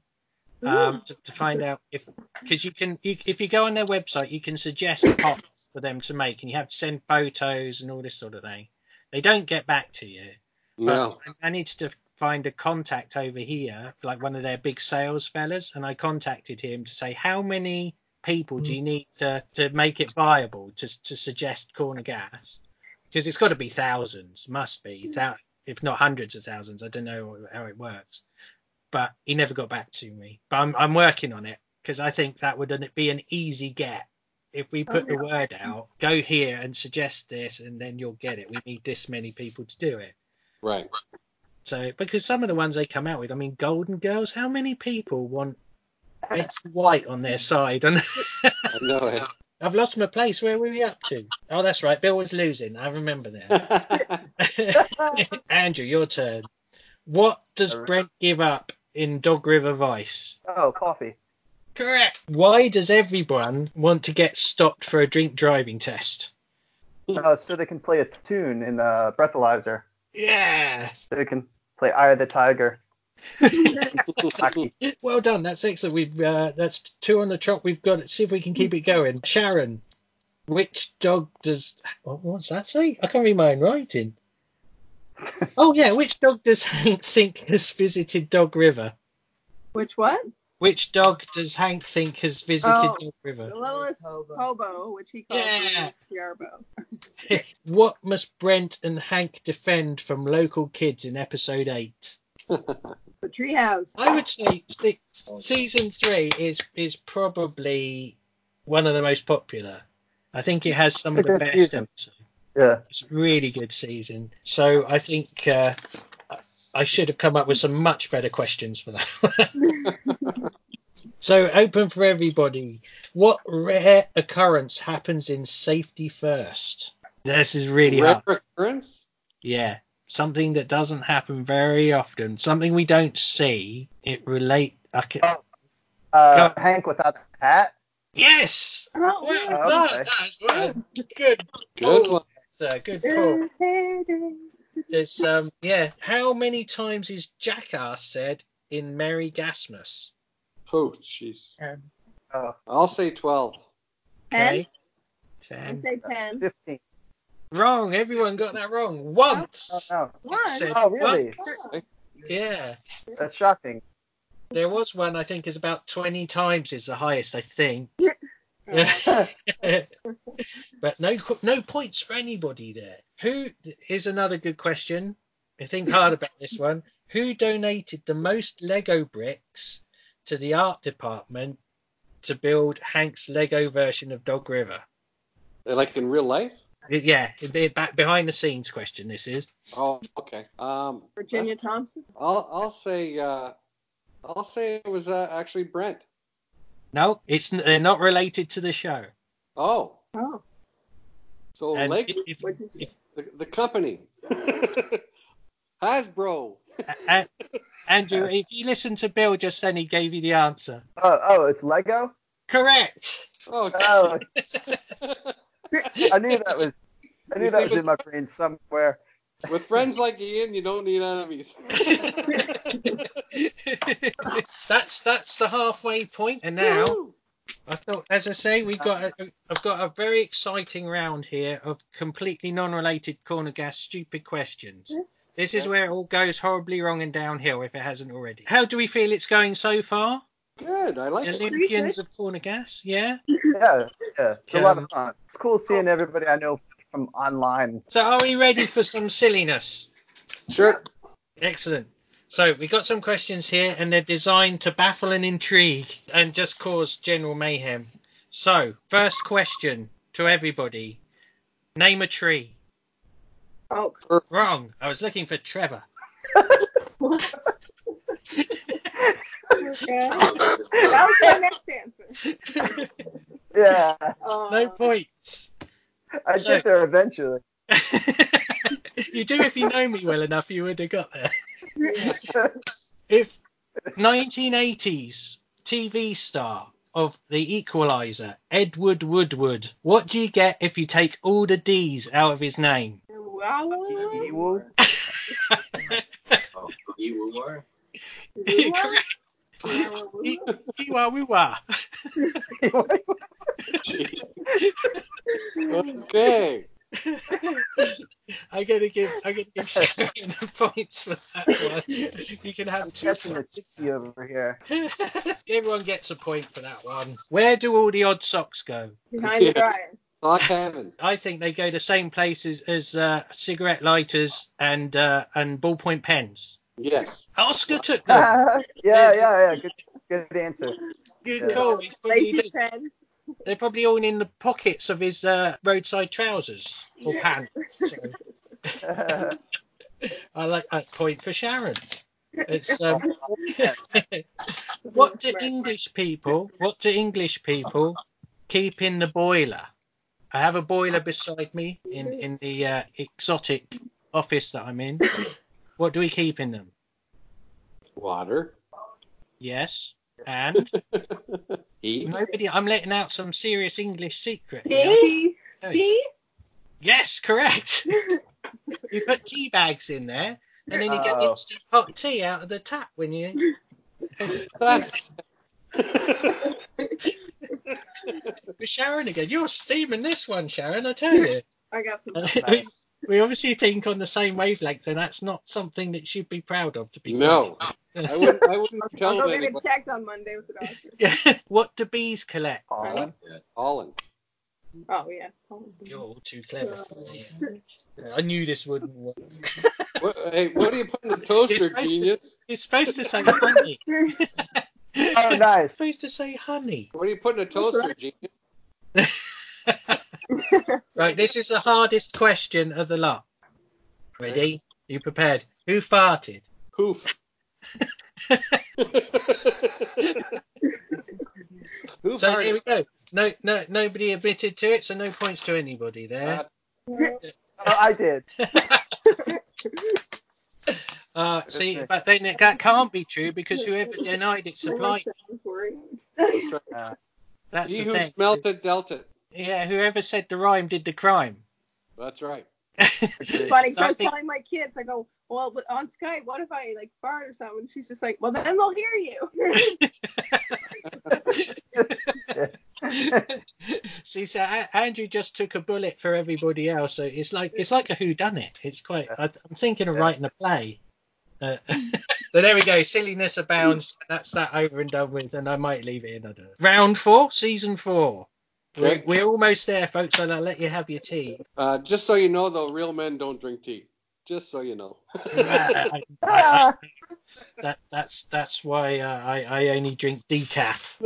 [SPEAKER 2] um, to, to find out if because you can you, if you go on their website you can suggest pots for them to make and you have to send photos and all this sort of thing they don't get back to you but
[SPEAKER 3] no,
[SPEAKER 2] i managed to find a contact over here like one of their big sales fellas and i contacted him to say how many people do you need to, to make it viable to, to suggest corner gas because it's got to be thousands must be thou- if not hundreds of thousands i don't know how it works but he never got back to me. But I'm, I'm working on it because I think that would be an easy get. If we put the word out, go here and suggest this, and then you'll get it. We need this many people to do it.
[SPEAKER 3] right?
[SPEAKER 2] So, because some of the ones they come out with, I mean, Golden Girls, how many people want Betty White on their side? And
[SPEAKER 3] I know it.
[SPEAKER 2] I've lost my place. Where were we up to? Oh, that's right. Bill was losing. I remember now. Andrew, your turn. What does
[SPEAKER 5] All right.
[SPEAKER 2] Brent give up in Dog River Vice?
[SPEAKER 5] Oh, coffee.
[SPEAKER 2] Correct. Why does everyone want to get stopped for a drink driving test?
[SPEAKER 5] Oh, so they can play a tune in the breathalyzer.
[SPEAKER 2] Yeah.
[SPEAKER 5] They can play Eye of the Tiger. Hockey.
[SPEAKER 2] Well done. That's excellent. We've uh, that's two on the trot. We've got it. See if we can keep it going. Sharon, which dog does? What, what's that say? I can't read my own writing. Oh yeah, which dog does Hank think has visited Dog River?
[SPEAKER 6] Which what?
[SPEAKER 2] Which dog does Hank think has visited
[SPEAKER 6] Oh.
[SPEAKER 2] Dog River?
[SPEAKER 6] The littlest
[SPEAKER 7] Hobo.
[SPEAKER 6] hobo, which he calls
[SPEAKER 2] Yeah.
[SPEAKER 6] the Yarbo.
[SPEAKER 2] What must Brent and Hank defend from local kids in episode eight?
[SPEAKER 6] The treehouse.
[SPEAKER 2] I would say se- season three is is probably one of the most popular. I think it has some of
[SPEAKER 5] It's a
[SPEAKER 2] the
[SPEAKER 5] good
[SPEAKER 2] best
[SPEAKER 5] season.
[SPEAKER 2] episodes.
[SPEAKER 5] Yeah.
[SPEAKER 2] It's a really good season. So I think uh, I should have come up with some much better questions for that. so, open for everybody. What rare occurrence happens in safety first? This is really hard.
[SPEAKER 3] Rare occurrence?
[SPEAKER 2] Yeah, something that doesn't happen very often, something we don't see. It relate. I can...
[SPEAKER 5] Uh,
[SPEAKER 2] Go.
[SPEAKER 5] Hank without a hat.
[SPEAKER 2] Yes.
[SPEAKER 6] Oh,
[SPEAKER 2] Well
[SPEAKER 5] okay.
[SPEAKER 2] done. That's well. Good,
[SPEAKER 3] Good one.
[SPEAKER 2] sir. Good call.
[SPEAKER 6] yeah.
[SPEAKER 2] It's um yeah. How many times is Jackass said in Merry Gasmus?
[SPEAKER 3] Oh, jeez.
[SPEAKER 6] Um,
[SPEAKER 5] Oh,
[SPEAKER 3] I'll say 12.
[SPEAKER 6] Ten. I
[SPEAKER 2] Ten.
[SPEAKER 6] say ten.
[SPEAKER 5] 15.
[SPEAKER 2] Wrong. Everyone got that wrong. Once.
[SPEAKER 5] Oh, no.
[SPEAKER 6] uh, One.
[SPEAKER 2] It said
[SPEAKER 5] Oh, really?
[SPEAKER 2] once.
[SPEAKER 6] Oh.
[SPEAKER 2] Yeah.
[SPEAKER 5] That's shocking.
[SPEAKER 2] There was one I think is about twenty times is the highest I think. but no qu- no points for anybody there. Who is another good question? I think hard about this one. Who donated the most Lego bricks to the art department to build Hank's Lego version of Dog River?
[SPEAKER 3] Uh, Like in real life?
[SPEAKER 2] Yeah, it'd be a back behind the scenes question. This is
[SPEAKER 3] Oh, okay. Um,
[SPEAKER 6] Virginia Thompson.
[SPEAKER 3] I'll, I'll say, uh, I'll say it was uh, actually Brent.
[SPEAKER 2] no, it's n- they're not related to the show.
[SPEAKER 3] Oh,
[SPEAKER 6] Oh,
[SPEAKER 3] so
[SPEAKER 2] And
[SPEAKER 3] Lego,
[SPEAKER 2] if-
[SPEAKER 6] what did you?
[SPEAKER 3] the, the company. Hasbro.
[SPEAKER 2] A- Andrew, if you listen to Bill just then, he gave you the answer.
[SPEAKER 5] Oh, oh, it's Lego.
[SPEAKER 2] Correct.
[SPEAKER 3] Oh,
[SPEAKER 5] Oh, I knew that was.
[SPEAKER 3] You
[SPEAKER 5] I knew
[SPEAKER 3] see
[SPEAKER 5] that was
[SPEAKER 3] what-
[SPEAKER 5] in my brain somewhere.
[SPEAKER 3] with friends like Ian, you don't need enemies.
[SPEAKER 2] that's that's the halfway point, and now I thought, as I say, we got a, I've got a very exciting round here of completely non-related corner gas stupid questions. This is where it all goes horribly wrong and downhill if it hasn't already. How do we feel it's going so far?
[SPEAKER 3] Good, I like it.
[SPEAKER 2] Olympians of corner gas, yeah.
[SPEAKER 5] Yeah, yeah. It's a lot
[SPEAKER 2] Um,
[SPEAKER 5] of fun. It's cool seeing everybody I know from online.
[SPEAKER 2] So are we ready for some silliness?
[SPEAKER 3] Sure.
[SPEAKER 2] Excellent. So we got some questions here, and they're designed to baffle and intrigue and just cause general mayhem. So, first question to everybody: Name a tree.
[SPEAKER 6] Oh,
[SPEAKER 2] Wrong. I was looking for Trevor.
[SPEAKER 6] okay. that was my next answer.
[SPEAKER 5] Yeah,
[SPEAKER 6] Uh,
[SPEAKER 2] No points.
[SPEAKER 5] I
[SPEAKER 2] So-
[SPEAKER 5] get there eventually.
[SPEAKER 2] you do if you know me well enough, you would have got there. If 1980s TV star of The Equalizer, Edward Woodward, what do you get if you take all the D's out of his name?
[SPEAKER 6] wow, wow, wow.
[SPEAKER 5] Ewell?
[SPEAKER 6] You are?
[SPEAKER 2] Correct.
[SPEAKER 6] Wow, wow, wow.
[SPEAKER 2] You are, we were.
[SPEAKER 3] Okay.
[SPEAKER 2] I'm gonna give I'm gonna give Sharon the points for that one. You can have
[SPEAKER 5] I'm
[SPEAKER 2] two
[SPEAKER 5] catching the ticky over here.
[SPEAKER 2] points. Everyone gets a point for that one. Where do all the odd socks go?
[SPEAKER 6] Behind the
[SPEAKER 3] Yeah.
[SPEAKER 6] dryer.
[SPEAKER 3] Not heaven.
[SPEAKER 2] I think they go the same places as uh, cigarette lighters and uh, and ballpoint pens.
[SPEAKER 3] Yes.
[SPEAKER 2] Oscar took them.
[SPEAKER 5] yeah, yeah, yeah. Good, good answer.
[SPEAKER 2] Good
[SPEAKER 5] Yeah.
[SPEAKER 2] call. He's probably,
[SPEAKER 6] Lacy pen.
[SPEAKER 2] they're probably all in the pockets of his uh, roadside trousers or pants. Sorry. I like that point for Sharon. It's um, what do English people? What do English people keep in the boiler? I have a boiler beside me in in the uh, exotic office that I'm in. What do we keep in them?
[SPEAKER 3] Water.
[SPEAKER 2] Yes, and
[SPEAKER 3] Heat.
[SPEAKER 2] nobody. I'm letting out some serious English secret. here.
[SPEAKER 6] See?
[SPEAKER 2] Hey.
[SPEAKER 6] See?
[SPEAKER 2] Yes, correct. you put tea bags in there, and then you get
[SPEAKER 5] Oh.
[SPEAKER 2] instant hot tea out of the tap when you
[SPEAKER 3] That's.
[SPEAKER 2] with Sharon again. You're steaming this one, Sharon. I tell you.
[SPEAKER 6] I got some.
[SPEAKER 2] we, we obviously think on the same wavelength, and that's not something that you'd be proud of. To be
[SPEAKER 3] no. I wouldn't, I wouldn't
[SPEAKER 6] I'll
[SPEAKER 3] tell
[SPEAKER 6] go get it
[SPEAKER 3] anybody.
[SPEAKER 6] checked on Monday with the doctor.
[SPEAKER 2] honest. what do bees collect?
[SPEAKER 5] Pollen.
[SPEAKER 3] Holland.
[SPEAKER 6] Oh, yeah.
[SPEAKER 2] You're all too clever. Yeah, I knew this wouldn't work.
[SPEAKER 3] What, hey, what do you put in the
[SPEAKER 2] It's
[SPEAKER 3] toaster,
[SPEAKER 2] supposed to-
[SPEAKER 3] genius?
[SPEAKER 2] It's supposed to say honey.
[SPEAKER 5] Oh,
[SPEAKER 2] it's
[SPEAKER 5] nice.
[SPEAKER 2] supposed to say honey.
[SPEAKER 3] What do you put in a toaster, genius?
[SPEAKER 2] Right, this is the hardest question of the lot. Ready? You prepared? Who farted?
[SPEAKER 3] Hoof. Hoof
[SPEAKER 2] So
[SPEAKER 3] hard.
[SPEAKER 2] here we go. No, no, nobody admitted to it, so no points to anybody there.
[SPEAKER 3] Uh,
[SPEAKER 5] Oh, I did.
[SPEAKER 2] Uh,
[SPEAKER 5] that's
[SPEAKER 2] see,
[SPEAKER 5] it.
[SPEAKER 2] but then it, that can't be true because whoever denied it supplied.
[SPEAKER 3] that's right.
[SPEAKER 5] Uh,
[SPEAKER 2] That's the
[SPEAKER 3] He who
[SPEAKER 2] thing.
[SPEAKER 3] smelt it dealt it.
[SPEAKER 2] Yeah, whoever said the rhyme did the crime.
[SPEAKER 3] That's right.
[SPEAKER 5] agreed.
[SPEAKER 6] Funny, so I was
[SPEAKER 2] Something-
[SPEAKER 6] telling my kids, I go, well, but on Skype, what if I like fart or something? She's just like, well, then they'll hear you.
[SPEAKER 2] See, so A- Andrew just took a bullet for everybody else. So it's like it's like a who done it. It's quite. I, I'm thinking of
[SPEAKER 5] Yeah.
[SPEAKER 2] writing a play. Uh, but there we go. Silliness abounds. That's that over and done with. And I might leave it in. I don't know. Round four, season four. We're,
[SPEAKER 3] Great.
[SPEAKER 2] we're almost there, folks. And I'll let you have your tea.
[SPEAKER 3] Uh, just so you know, though, real men don't drink tea. Just so you know.
[SPEAKER 2] I- I-
[SPEAKER 5] Ah,
[SPEAKER 2] that that's that's why uh, I I only drink decaf.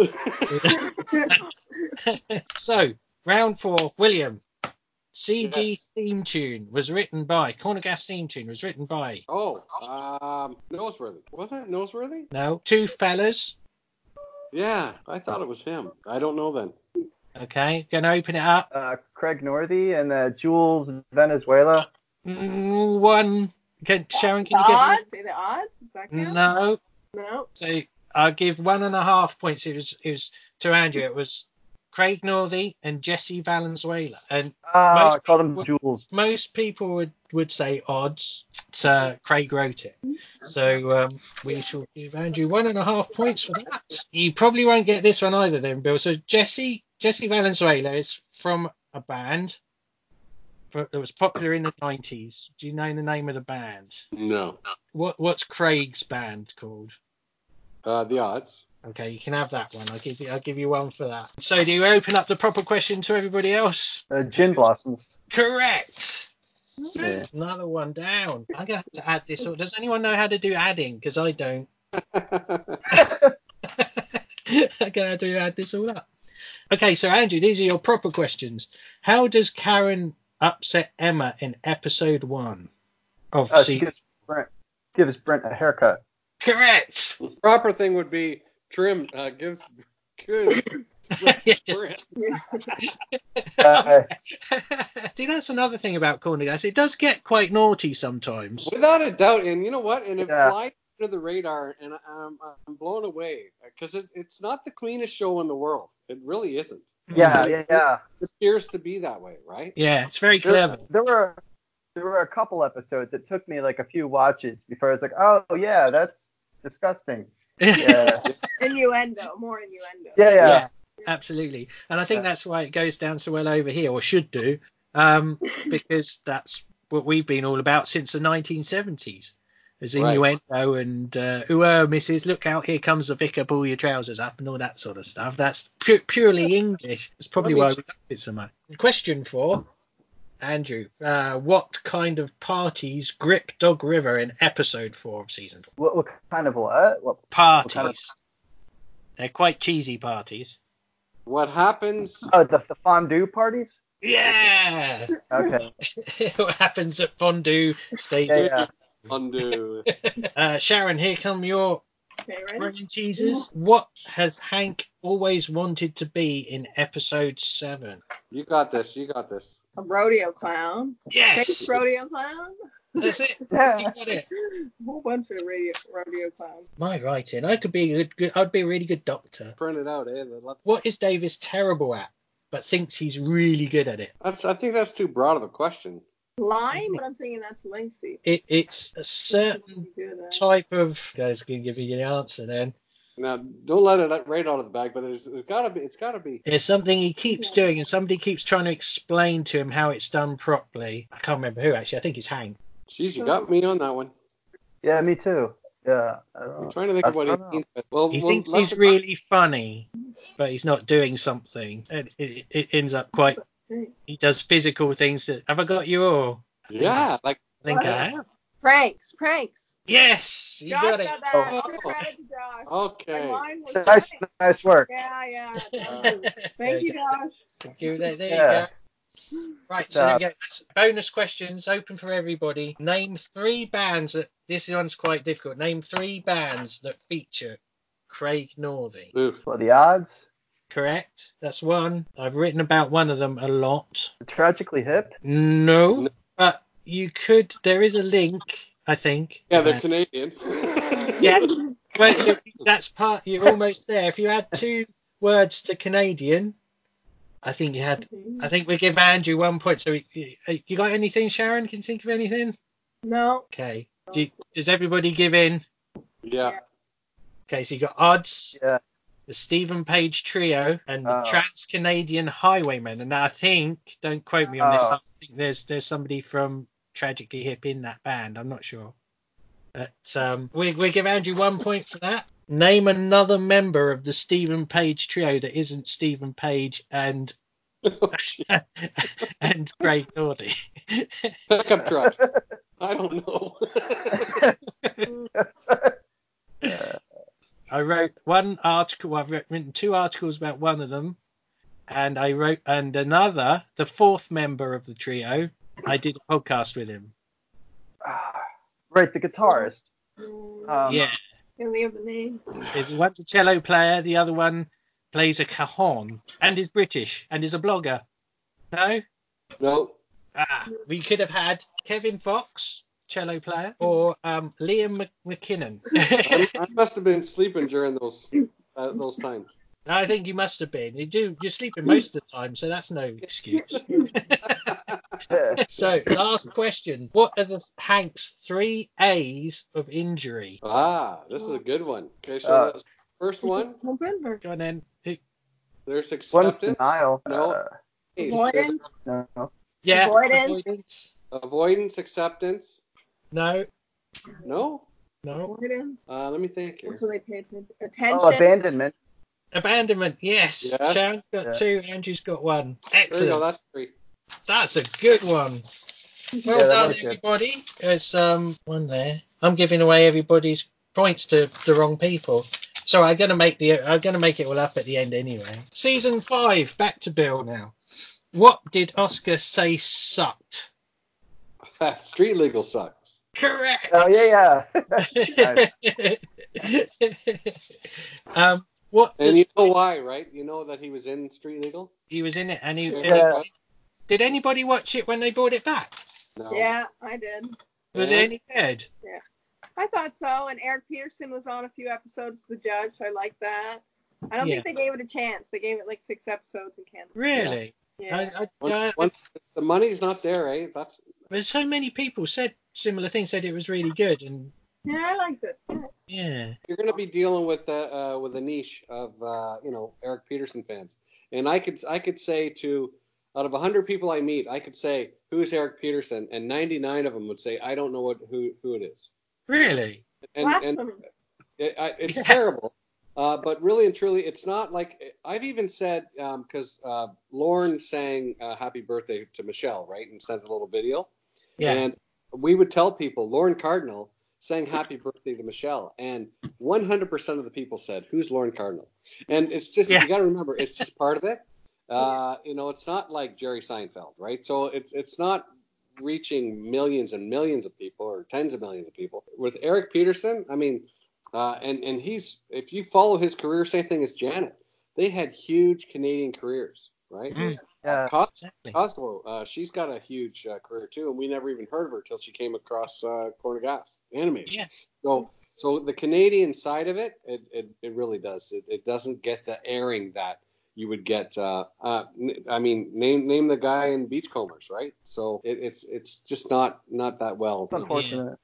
[SPEAKER 2] so, round four, William. CG
[SPEAKER 3] Yes.
[SPEAKER 2] theme tune was written by Corner Gas theme tune was written by
[SPEAKER 3] oh, um, Noseworthy. Was it Noseworthy?
[SPEAKER 2] no two fellas.
[SPEAKER 3] Yeah, I thought it was him. I don't know then.
[SPEAKER 2] Okay, gonna open it up.
[SPEAKER 5] uh, Craig Northey and uh, Jules Venezuela.
[SPEAKER 2] Mm, One, can Sharon?
[SPEAKER 6] the
[SPEAKER 2] Can
[SPEAKER 6] odds?
[SPEAKER 2] you
[SPEAKER 6] Say the odds? Does that
[SPEAKER 2] get it?
[SPEAKER 6] count?
[SPEAKER 2] No.
[SPEAKER 6] No.
[SPEAKER 2] So I'll give one and a half points. It was it was to Andrew. It was Craig Northey and Jesse Valenzuela. And
[SPEAKER 5] Ah, I
[SPEAKER 2] Most
[SPEAKER 5] called him
[SPEAKER 2] people-
[SPEAKER 5] Jules.
[SPEAKER 2] most people would, would say odds. It's, uh, Craig wrote it. So um, we shall give Andrew one and a half points for that. You probably won't get this one either, then, Bill. So Jesse Jesse Valenzuela is from a band that was popular in the nineties. Do you know the name of the band?
[SPEAKER 3] No.
[SPEAKER 2] What what's Craig's band called?
[SPEAKER 3] Uh, the odds.
[SPEAKER 2] Okay, you can have that one. I'll give you I'll give you one for that. So do you open up the proper question to everybody else?
[SPEAKER 5] Uh, Gin Blossoms.
[SPEAKER 2] Correct.
[SPEAKER 5] Yeah.
[SPEAKER 2] Another one down. I'm gonna have to add this. up. Does anyone know how to do adding? Because I don't. I'm gonna have to add this all up. Okay, so Andrew, these are your proper questions. How does Karen upset Emma in episode one of
[SPEAKER 5] Uh,
[SPEAKER 2] season?
[SPEAKER 5] gives, Brent, gives Brent a haircut.
[SPEAKER 2] Correct.
[SPEAKER 3] Proper thing would be trim. Uh, gives good.
[SPEAKER 2] Yeah, just-
[SPEAKER 5] Uh,
[SPEAKER 2] See, that's another thing about Corner Gas. It does get quite naughty sometimes.
[SPEAKER 3] Without a doubt, and you know what? And it
[SPEAKER 5] Yeah.
[SPEAKER 3] flies under the radar, and I- I'm, I'm blown away because it, it's not the cleanest show in the world. It really isn't.
[SPEAKER 5] yeah, yeah, yeah.
[SPEAKER 3] It appears to be that way, right?
[SPEAKER 2] Yeah, it's very
[SPEAKER 5] There,
[SPEAKER 2] clever.
[SPEAKER 5] there were there were a couple episodes. It took me like a few watches before I was like, oh yeah, that's disgusting. Yeah,
[SPEAKER 6] Innuendo, more innuendo.
[SPEAKER 5] yeah, yeah.
[SPEAKER 2] yeah absolutely and i think
[SPEAKER 5] Yeah.
[SPEAKER 2] that's why it goes down so well over here or should do um because that's what we've been all about since the 1970s there's
[SPEAKER 3] Right.
[SPEAKER 2] innuendo and uh ooh mrs look out here comes the vicar pull your trousers up and all that sort of stuff that's pu- purely english it's probably
[SPEAKER 3] Let me
[SPEAKER 2] why
[SPEAKER 3] ch-
[SPEAKER 2] we love it so much question four andrew uh what kind of parties grip dog river in episode four of season four
[SPEAKER 5] What, what kind of what? What?
[SPEAKER 2] parties
[SPEAKER 5] kind of-
[SPEAKER 2] they're quite cheesy parties
[SPEAKER 3] What happens?
[SPEAKER 5] Oh, the, the fondue parties.
[SPEAKER 2] yeah
[SPEAKER 5] Okay.
[SPEAKER 2] what happens at fondue stays
[SPEAKER 5] Yeah, yeah.
[SPEAKER 3] Undo.
[SPEAKER 2] uh, sharon here come your
[SPEAKER 6] Okay, ready?
[SPEAKER 2] brain teasers what has hank always wanted to be in episode 7
[SPEAKER 3] You got this. You got this.
[SPEAKER 6] A rodeo clown.
[SPEAKER 2] yes
[SPEAKER 6] Fake rodeo clown?
[SPEAKER 2] that's it You
[SPEAKER 5] yeah.
[SPEAKER 2] got it.
[SPEAKER 6] A whole bunch of radio, rodeo clowns.
[SPEAKER 2] my writing i could be a good, good i'd be a really good doctor
[SPEAKER 3] Print it out, eh? The left-
[SPEAKER 2] what is davis terrible at but thinks he's really good at it
[SPEAKER 3] That's. I think that's too broad of a question.
[SPEAKER 6] Lime, but I'm thinking that's lacy.
[SPEAKER 2] it it's a certain
[SPEAKER 6] Good, uh,
[SPEAKER 2] type of guys can give you the answer then
[SPEAKER 3] Now, don't let it out- right out of the bag, but it's, it's gotta be. It's gotta be.
[SPEAKER 2] There's something he keeps
[SPEAKER 6] Yeah.
[SPEAKER 2] doing, and somebody keeps trying to explain to him how it's done properly. I can't remember who actually. I think it's Hank.
[SPEAKER 3] Jeez, you got me on that one.
[SPEAKER 5] Yeah, me too. Yeah. I don't
[SPEAKER 3] I'm
[SPEAKER 5] know.
[SPEAKER 3] trying to think of what
[SPEAKER 5] Uh, I
[SPEAKER 3] he
[SPEAKER 5] don't know.
[SPEAKER 3] means. but- Well,
[SPEAKER 2] He
[SPEAKER 3] well,
[SPEAKER 2] thinks he's
[SPEAKER 3] let's-
[SPEAKER 2] really funny, but he's not doing something. And it, it ends up quite.
[SPEAKER 6] Frank.
[SPEAKER 2] He does physical things that. Have I got you all?
[SPEAKER 3] Yeah, like
[SPEAKER 2] I think I
[SPEAKER 6] Right.
[SPEAKER 2] have.
[SPEAKER 6] Pranks, pranks.
[SPEAKER 2] Yes, you
[SPEAKER 6] Josh
[SPEAKER 2] got it.
[SPEAKER 6] that.
[SPEAKER 5] Oh.
[SPEAKER 6] Give credit to Josh.
[SPEAKER 3] okay.
[SPEAKER 6] Mine was
[SPEAKER 5] Nice,
[SPEAKER 6] Frank.
[SPEAKER 5] nice work.
[SPEAKER 6] Yeah, yeah. that was-
[SPEAKER 2] There
[SPEAKER 6] Thank
[SPEAKER 2] you
[SPEAKER 6] you,
[SPEAKER 2] go.
[SPEAKER 6] Josh.
[SPEAKER 2] Thank you. There, there
[SPEAKER 5] Yeah.
[SPEAKER 2] you go. Right, so there we go. That's bonus questions open for everybody. Name three bands that This one's quite difficult. Name three bands that feature Craig Northey.
[SPEAKER 3] Ooh.
[SPEAKER 5] Well, the odds.
[SPEAKER 2] Correct. That's one. I've written about one of them a lot.
[SPEAKER 5] Tragically hip.
[SPEAKER 2] No,
[SPEAKER 3] No.
[SPEAKER 2] but you could. There is a link, I think.
[SPEAKER 3] Yeah, they're
[SPEAKER 2] Uh,
[SPEAKER 3] Canadian.
[SPEAKER 2] Yeah. but you, that's part. You're almost there. If you add two words to Canadian, I think you had. I think we give Andrew one point. So he, he- you got anything, Sharon? Can you think of anything?
[SPEAKER 6] No.
[SPEAKER 2] Okay. Do, does everybody give in?
[SPEAKER 3] Yeah.
[SPEAKER 2] Okay, so you got odds.
[SPEAKER 5] Yeah.
[SPEAKER 2] The Stephen Page Trio and the
[SPEAKER 5] Oh.
[SPEAKER 2] Trans Canadian Highwaymen, and I think don't quote me on this.
[SPEAKER 5] Oh.
[SPEAKER 2] I think there's there's somebody from Tragically Hip in that band. I'm not sure, but um, we we give Andrew one point for that. Name another member of the Stephen Page Trio that isn't Stephen Page and
[SPEAKER 3] Oh,
[SPEAKER 2] and Craig Nordy.
[SPEAKER 3] Pickup trucks. I don't know.
[SPEAKER 2] I wrote one article. I've writ- written two articles about one of them, and I wrote and another, the fourth member of the trio. I did a podcast with him.
[SPEAKER 5] Ah, right, the guitarist. Um,
[SPEAKER 2] yeah,
[SPEAKER 6] Can they have the name?
[SPEAKER 2] there's one's a cello player, the other one plays a cajon and is British and is a blogger. No,
[SPEAKER 3] no.
[SPEAKER 2] ah, we could have had Kevin Fox, cello player, or um, Liam Mc- McKinnon.
[SPEAKER 3] I, I must have been sleeping during those uh, those times.
[SPEAKER 2] I think you must have been. You do. You're sleeping most of the time, so that's no excuse. So, last question. What are the Hank's three A's of injury?
[SPEAKER 3] Ah, this is a good one. Okay, so
[SPEAKER 5] Uh.
[SPEAKER 3] that's first one,
[SPEAKER 6] Open or
[SPEAKER 2] Go on then. Who-
[SPEAKER 3] there's
[SPEAKER 5] One's
[SPEAKER 3] acceptance.
[SPEAKER 5] denial.
[SPEAKER 3] No.
[SPEAKER 5] Uh,
[SPEAKER 3] Hey, so there's
[SPEAKER 6] Avoidance?
[SPEAKER 5] no. Oh, no.
[SPEAKER 2] Yeah.
[SPEAKER 6] Avoidance.
[SPEAKER 2] avoidance.
[SPEAKER 3] avoidance, acceptance.
[SPEAKER 2] No.
[SPEAKER 3] No.
[SPEAKER 2] No.
[SPEAKER 6] Avoidance?
[SPEAKER 3] Uh, let me think here.
[SPEAKER 6] That's when they pay atten- attention.
[SPEAKER 5] Oh, abandonment.
[SPEAKER 2] Abandonment. Yes.
[SPEAKER 3] Yeah.
[SPEAKER 2] Sharon's got
[SPEAKER 5] Yeah.
[SPEAKER 2] two. Andrew's got one.
[SPEAKER 3] There you go.
[SPEAKER 2] Excellent.
[SPEAKER 3] That's three.
[SPEAKER 2] That's a good one. Well
[SPEAKER 5] Yeah, that
[SPEAKER 2] done,
[SPEAKER 5] was good.
[SPEAKER 2] everybody. There's um one there. I'm giving away everybody's points to the wrong people. So I'm gonna make the I'm gonna make it all up at the end anyway. Season five, back to Bill now. What did Oscar say sucked?
[SPEAKER 3] Street legal sucks.
[SPEAKER 2] Correct.
[SPEAKER 5] Oh yeah, yeah.
[SPEAKER 2] um, what
[SPEAKER 3] And
[SPEAKER 2] does,
[SPEAKER 3] you know why, right? You know that he was in Street Legal?
[SPEAKER 2] he was in it, and he, and he
[SPEAKER 5] Yeah.
[SPEAKER 2] was in- did anybody watch it when they brought it back?
[SPEAKER 3] No.
[SPEAKER 6] Yeah, I did.
[SPEAKER 2] Was
[SPEAKER 3] Yeah.
[SPEAKER 2] it any good?
[SPEAKER 6] I thought so. And Eric Peterson was on a few episodes as the judge, so I like that. I don't
[SPEAKER 2] Yeah.
[SPEAKER 6] think they gave it a chance. They gave it like six episodes and canceled.
[SPEAKER 2] Really?
[SPEAKER 6] Yeah.
[SPEAKER 2] I, I, I,
[SPEAKER 3] Once, once the money's not there, eh? That's
[SPEAKER 2] but so many people said similar things, said it was really good, and
[SPEAKER 6] Yeah, I liked it.
[SPEAKER 2] yeah,
[SPEAKER 3] you're going to be dealing with uh, uh, with a niche of uh, you know Eric Peterson fans. And I could I could say to out of 100 people I meet, I could say who's Eric Peterson, and 99 of them would say I don't know what who who it is.
[SPEAKER 2] really.
[SPEAKER 3] And and
[SPEAKER 6] Blasphemy.
[SPEAKER 3] It, I, it's
[SPEAKER 2] Yeah.
[SPEAKER 3] terrible. Uh, but really and truly, it's not like I've even said because uh, Lauren sang uh, "Happy Birthday" to Michelle, right, and sent a little video.
[SPEAKER 2] Yeah,
[SPEAKER 3] And we would tell people Lauren Cardinal sang "Happy Birthday" to Michelle, and 100% of the people said, "Who's Lauren Cardinal?" And it's just
[SPEAKER 2] Yeah.
[SPEAKER 3] you got to remember, it's just part of it. Uh, you know, it's not like Jerry Seinfeld, right? So it's it's not reaching millions and millions of people or tens of millions of people. With Eric Peterson, I mean, uh, and and he's if you follow his career, same thing as Janet. They had huge Canadian careers, right?
[SPEAKER 2] Mm.
[SPEAKER 5] Yeah.
[SPEAKER 3] Cos-
[SPEAKER 2] exactly.
[SPEAKER 3] Cosmo, uh, she's got a huge uh, career too, and we never even heard of her till she came across uh, Corner Gas animated.
[SPEAKER 2] Yeah.
[SPEAKER 3] So, so the Canadian side of it, it, it, it really does. It, it doesn't get the airing that you would get. Uh, uh, n- I mean, name name the guy in Beachcombers, right? So it, it's it's just not not that well,
[SPEAKER 5] It's unfortunate.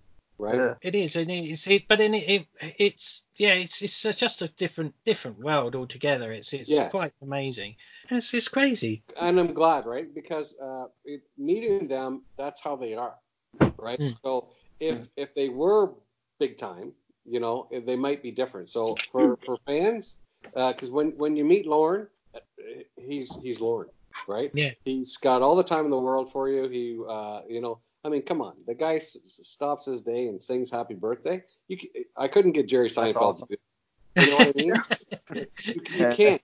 [SPEAKER 3] right?
[SPEAKER 5] Yeah.
[SPEAKER 2] It is, and it's it, but in it, it, it's yeah, it's it's just a different different world altogether. It's it's
[SPEAKER 3] Yes.
[SPEAKER 2] quite amazing. It's it's crazy.
[SPEAKER 3] and I'm glad, right? Because uh, it, meeting them, that's how they are, right?
[SPEAKER 2] Mm.
[SPEAKER 3] So if if they were big time, you know, they might be different. So for for fans, because when when you meet Lauren, uh, he's he's Lauren, right?
[SPEAKER 2] Yeah.
[SPEAKER 3] he's got all the time in the world for you. He, uh, you know. I mean, come on. The guy s- s- stops his day and sings "Happy Birthday." You, c- I couldn't get Jerry Seinfeld
[SPEAKER 5] awesome.
[SPEAKER 3] to do. It. You know what I mean? you, you
[SPEAKER 5] Yeah.
[SPEAKER 3] can't.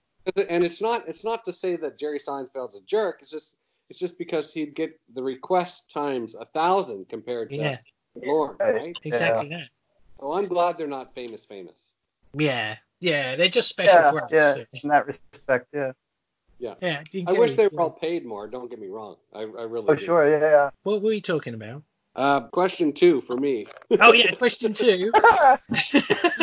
[SPEAKER 3] And it's not it's not to say that Jerry Seinfeld's a jerk. It's just it's just because he'd get the request times a thousand compared to
[SPEAKER 2] Yeah,
[SPEAKER 3] lore, right?
[SPEAKER 2] Exactly that.
[SPEAKER 3] So I'm glad they're not famous, famous.
[SPEAKER 2] Yeah. Yeah. They're just special
[SPEAKER 5] Yeah,
[SPEAKER 2] for us.
[SPEAKER 5] yeah, in that respect, yeah.
[SPEAKER 2] Yeah,
[SPEAKER 3] I wish they were all
[SPEAKER 2] all.
[SPEAKER 3] paid more. Don't get me wrong. I, I really
[SPEAKER 5] Oh,
[SPEAKER 3] do.
[SPEAKER 5] sure, yeah.
[SPEAKER 2] What were you talking about?
[SPEAKER 3] Uh, question two for me.
[SPEAKER 2] Oh yeah, question two.
[SPEAKER 5] yeah.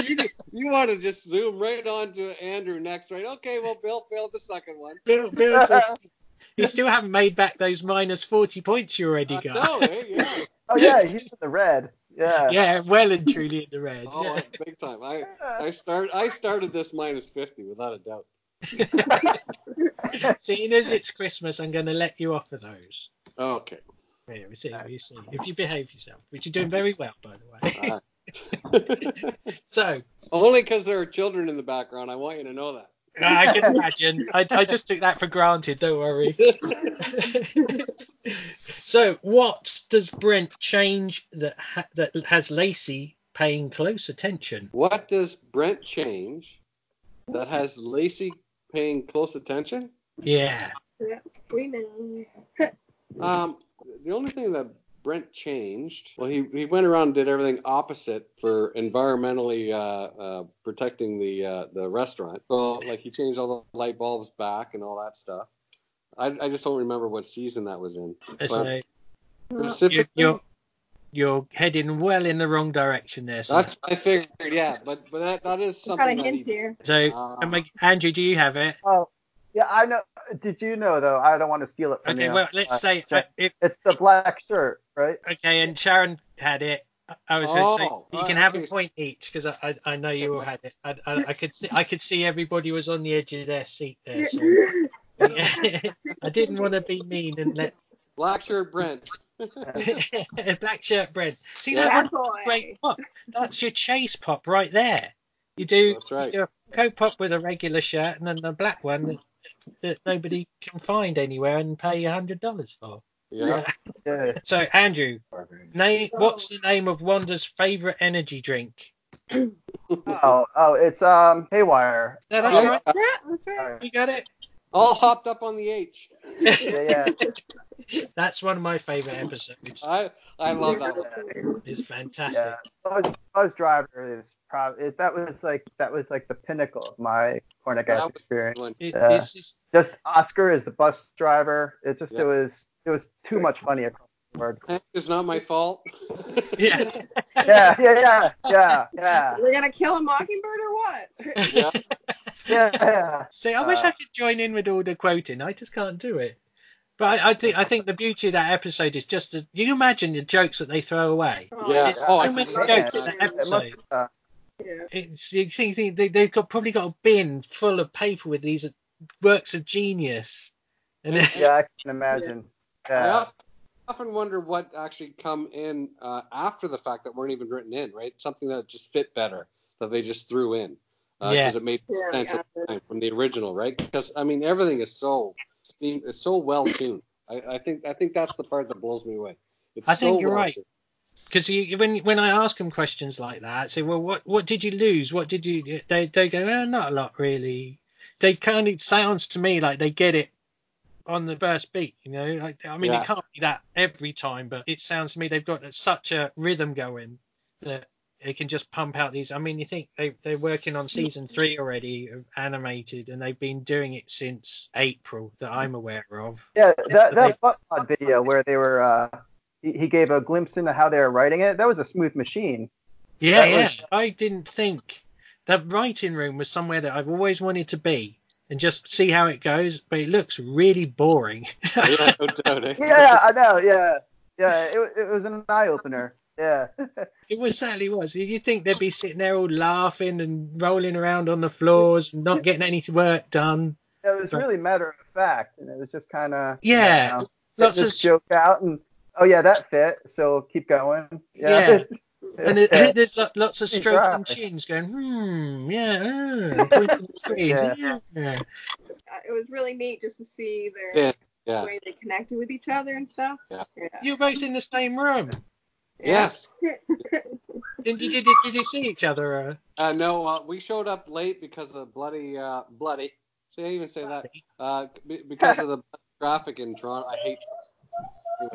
[SPEAKER 3] you, you want to just zoom right on to Andrew next, right? Okay, well, Bill failed the second one.
[SPEAKER 2] Bill, Bill, just- you still haven't made back those minus forty points you already
[SPEAKER 3] Uh,
[SPEAKER 2] got.
[SPEAKER 3] no, there you go.
[SPEAKER 5] oh, yeah, he's in the red. Yeah.
[SPEAKER 2] yeah, well and truly in the red.
[SPEAKER 3] Oh,
[SPEAKER 2] yeah.
[SPEAKER 3] uh, big time. I, I start I started this minus fifty without a doubt.
[SPEAKER 2] Seeing as it's Christmas, I'm going to let you off of those.
[SPEAKER 3] Okay.
[SPEAKER 2] Here, we see, we see. If you behave yourself, which you're doing very well, by the way.
[SPEAKER 3] All right.
[SPEAKER 2] So
[SPEAKER 3] Uh, Only because there are children in the background. I want you to know that.
[SPEAKER 2] I can imagine. I, I just took that for granted. Don't worry. so, what does Brent change that ha- that has Lacey paying close attention?
[SPEAKER 3] What does Brent change that has Lacey paying close attention?
[SPEAKER 2] Yeah.
[SPEAKER 6] We know.
[SPEAKER 3] Um, the only thing that Brent changed, well, he, he went around and did everything opposite for environmentally uh, uh, protecting the uh, the restaurant. So, like, he changed all the light bulbs back and all that stuff. I, I just don't remember what season that was in.
[SPEAKER 2] So you,
[SPEAKER 3] Specifically,
[SPEAKER 2] you're you're heading well in the wrong direction there. So,
[SPEAKER 3] that's what I figured. Yeah, but but that, that is
[SPEAKER 6] Got a
[SPEAKER 3] something. that
[SPEAKER 6] hint
[SPEAKER 3] he-
[SPEAKER 6] here.
[SPEAKER 2] so
[SPEAKER 3] Um,
[SPEAKER 2] am I- Andrew, do you have it?
[SPEAKER 5] Oh, yeah, I know. Did you know, though? I don't want to steal it from
[SPEAKER 2] Okay.
[SPEAKER 5] you.
[SPEAKER 2] Well, let's
[SPEAKER 5] Uh,
[SPEAKER 2] say uh,
[SPEAKER 5] check.
[SPEAKER 2] if
[SPEAKER 5] It's the black shirt, right?
[SPEAKER 2] okay, and Sharon had it. I- I was going to say
[SPEAKER 3] Oh,
[SPEAKER 2] you can
[SPEAKER 3] uh,
[SPEAKER 2] have
[SPEAKER 3] okay.
[SPEAKER 2] a point each because I, I I know you all had it. I, I I could see I could see everybody was on the edge of their seat there. So. Yeah. I didn't want to be mean and let
[SPEAKER 3] Black shirt Brent.
[SPEAKER 2] black shirt bread. See
[SPEAKER 3] Yeah.
[SPEAKER 2] that
[SPEAKER 6] Bad
[SPEAKER 2] one
[SPEAKER 6] boy.
[SPEAKER 2] great pop. That's your chase pop right there. You do
[SPEAKER 3] That's right.
[SPEAKER 2] you do a coat pop with a regular shirt and then the black one that, that nobody can find anywhere and pay a hundred dollars for.
[SPEAKER 3] Yeah.
[SPEAKER 5] Yeah.
[SPEAKER 2] So Andrew, name what's the name of Wanda's favorite energy drink?
[SPEAKER 5] Oh, oh, it's um Haywire.
[SPEAKER 2] No, that's
[SPEAKER 3] Yeah.
[SPEAKER 2] right.
[SPEAKER 6] Yeah, that's right.
[SPEAKER 5] Sorry.
[SPEAKER 2] You got it.
[SPEAKER 3] All hopped up on the H.
[SPEAKER 5] Yeah, yeah.
[SPEAKER 2] That's one of my favorite episodes.
[SPEAKER 3] I I love that one.
[SPEAKER 2] It's fantastic.
[SPEAKER 5] yeah. Buzz, Buzz Driver is probably that was like that was like the pinnacle of my
[SPEAKER 3] That
[SPEAKER 5] Cornagass
[SPEAKER 3] was-
[SPEAKER 5] experience.
[SPEAKER 2] It,
[SPEAKER 5] Yeah.
[SPEAKER 2] It's just
[SPEAKER 5] Just Oscar is the bus driver. It just
[SPEAKER 3] Yeah.
[SPEAKER 5] it was it was too much money across the board.
[SPEAKER 3] Hank, It's not my fault.
[SPEAKER 2] yeah.
[SPEAKER 5] Yeah, yeah, yeah, yeah, yeah,
[SPEAKER 6] We're gonna kill a mockingbird or what?
[SPEAKER 3] yeah.
[SPEAKER 5] yeah. yeah.
[SPEAKER 2] See, I wish
[SPEAKER 5] Uh,
[SPEAKER 2] I could join in with all the quoting. I just can't do it. But I, I think I think the beauty of that episode is just as you imagine the jokes that they throw away.
[SPEAKER 6] Oh,
[SPEAKER 3] Yeah.
[SPEAKER 2] There's
[SPEAKER 3] Oh, I
[SPEAKER 2] so
[SPEAKER 3] can
[SPEAKER 2] many
[SPEAKER 3] imagine
[SPEAKER 2] jokes in
[SPEAKER 3] that.
[SPEAKER 2] that
[SPEAKER 5] It must-
[SPEAKER 2] episode.
[SPEAKER 5] uh,
[SPEAKER 6] yeah.
[SPEAKER 2] It's you think, think they, they've got probably got a bin full of paper with these works of genius, and then-
[SPEAKER 5] yeah, I can imagine.
[SPEAKER 3] I
[SPEAKER 5] Yeah,
[SPEAKER 3] often, often wonder what actually come in uh, after the fact that weren't even written in, right? Something that just fit better that they just threw in because
[SPEAKER 2] Yeah.
[SPEAKER 3] it made
[SPEAKER 6] Yeah,
[SPEAKER 3] sense
[SPEAKER 6] yeah.
[SPEAKER 3] at the time from the original, right? Because I mean, everything is so steam is so well tuned. I, I think I think that's the part that blows me away. It's
[SPEAKER 2] I think
[SPEAKER 3] so
[SPEAKER 2] you're
[SPEAKER 3] well
[SPEAKER 2] right.
[SPEAKER 3] tuned.
[SPEAKER 2] because when when I ask them questions like that, I say, "Well, what what did you lose? What did you?" They they go, "Oh, not a lot really." They kind of sounds to me like they get it on the first beat, you know. Like I mean,
[SPEAKER 3] Yeah.
[SPEAKER 2] it can't be that every time, but it sounds to me they've got such a rhythm going that they can just pump out these. I mean, you think they they're working on season three already, of animated, and they've been doing it since April that I'm aware of.
[SPEAKER 5] yeah. That that butt pod video where they were. Uh, he he gave a glimpse into how they were writing it. That was a smooth machine.
[SPEAKER 2] Yeah,
[SPEAKER 5] That
[SPEAKER 2] yeah.
[SPEAKER 5] was-
[SPEAKER 2] I didn't think that writing room was somewhere that I've always wanted to be and just see how it goes, but it looks really boring.
[SPEAKER 3] Yeah, no doubt. eh?
[SPEAKER 5] Yeah, I know. Yeah, yeah. It, wa- it was an eye opener. Yeah.
[SPEAKER 2] It was certainly was. You'd think they'd be sitting there all laughing and rolling around on the floors and not getting any work done.
[SPEAKER 5] it was
[SPEAKER 2] But-
[SPEAKER 5] really matter of fact, and it was just kind of
[SPEAKER 2] Yeah,
[SPEAKER 5] you know,
[SPEAKER 2] Lots
[SPEAKER 5] getting
[SPEAKER 2] of
[SPEAKER 5] this joke out, and oh yeah, that fit. So keep going. Yeah,
[SPEAKER 2] and it,
[SPEAKER 5] yeah.
[SPEAKER 2] there's lo- lots of
[SPEAKER 5] Pretty
[SPEAKER 2] stroking
[SPEAKER 5] dry.
[SPEAKER 2] chins going, hmm, yeah, uh, pointing at screens,
[SPEAKER 5] Yeah.
[SPEAKER 2] yeah.
[SPEAKER 6] Uh, It was really neat just to see their
[SPEAKER 3] Yeah. Yeah.
[SPEAKER 6] way they connected with each other and stuff.
[SPEAKER 3] Yeah.
[SPEAKER 2] You're both in the same room.
[SPEAKER 3] Yes.
[SPEAKER 2] Did you, did, did you see each other? Uh,
[SPEAKER 3] Uh, no, uh, we showed up late because of the bloody, uh, bloody. See, I even say that uh, be- because of the traffic in Toronto. I hate. Toronto.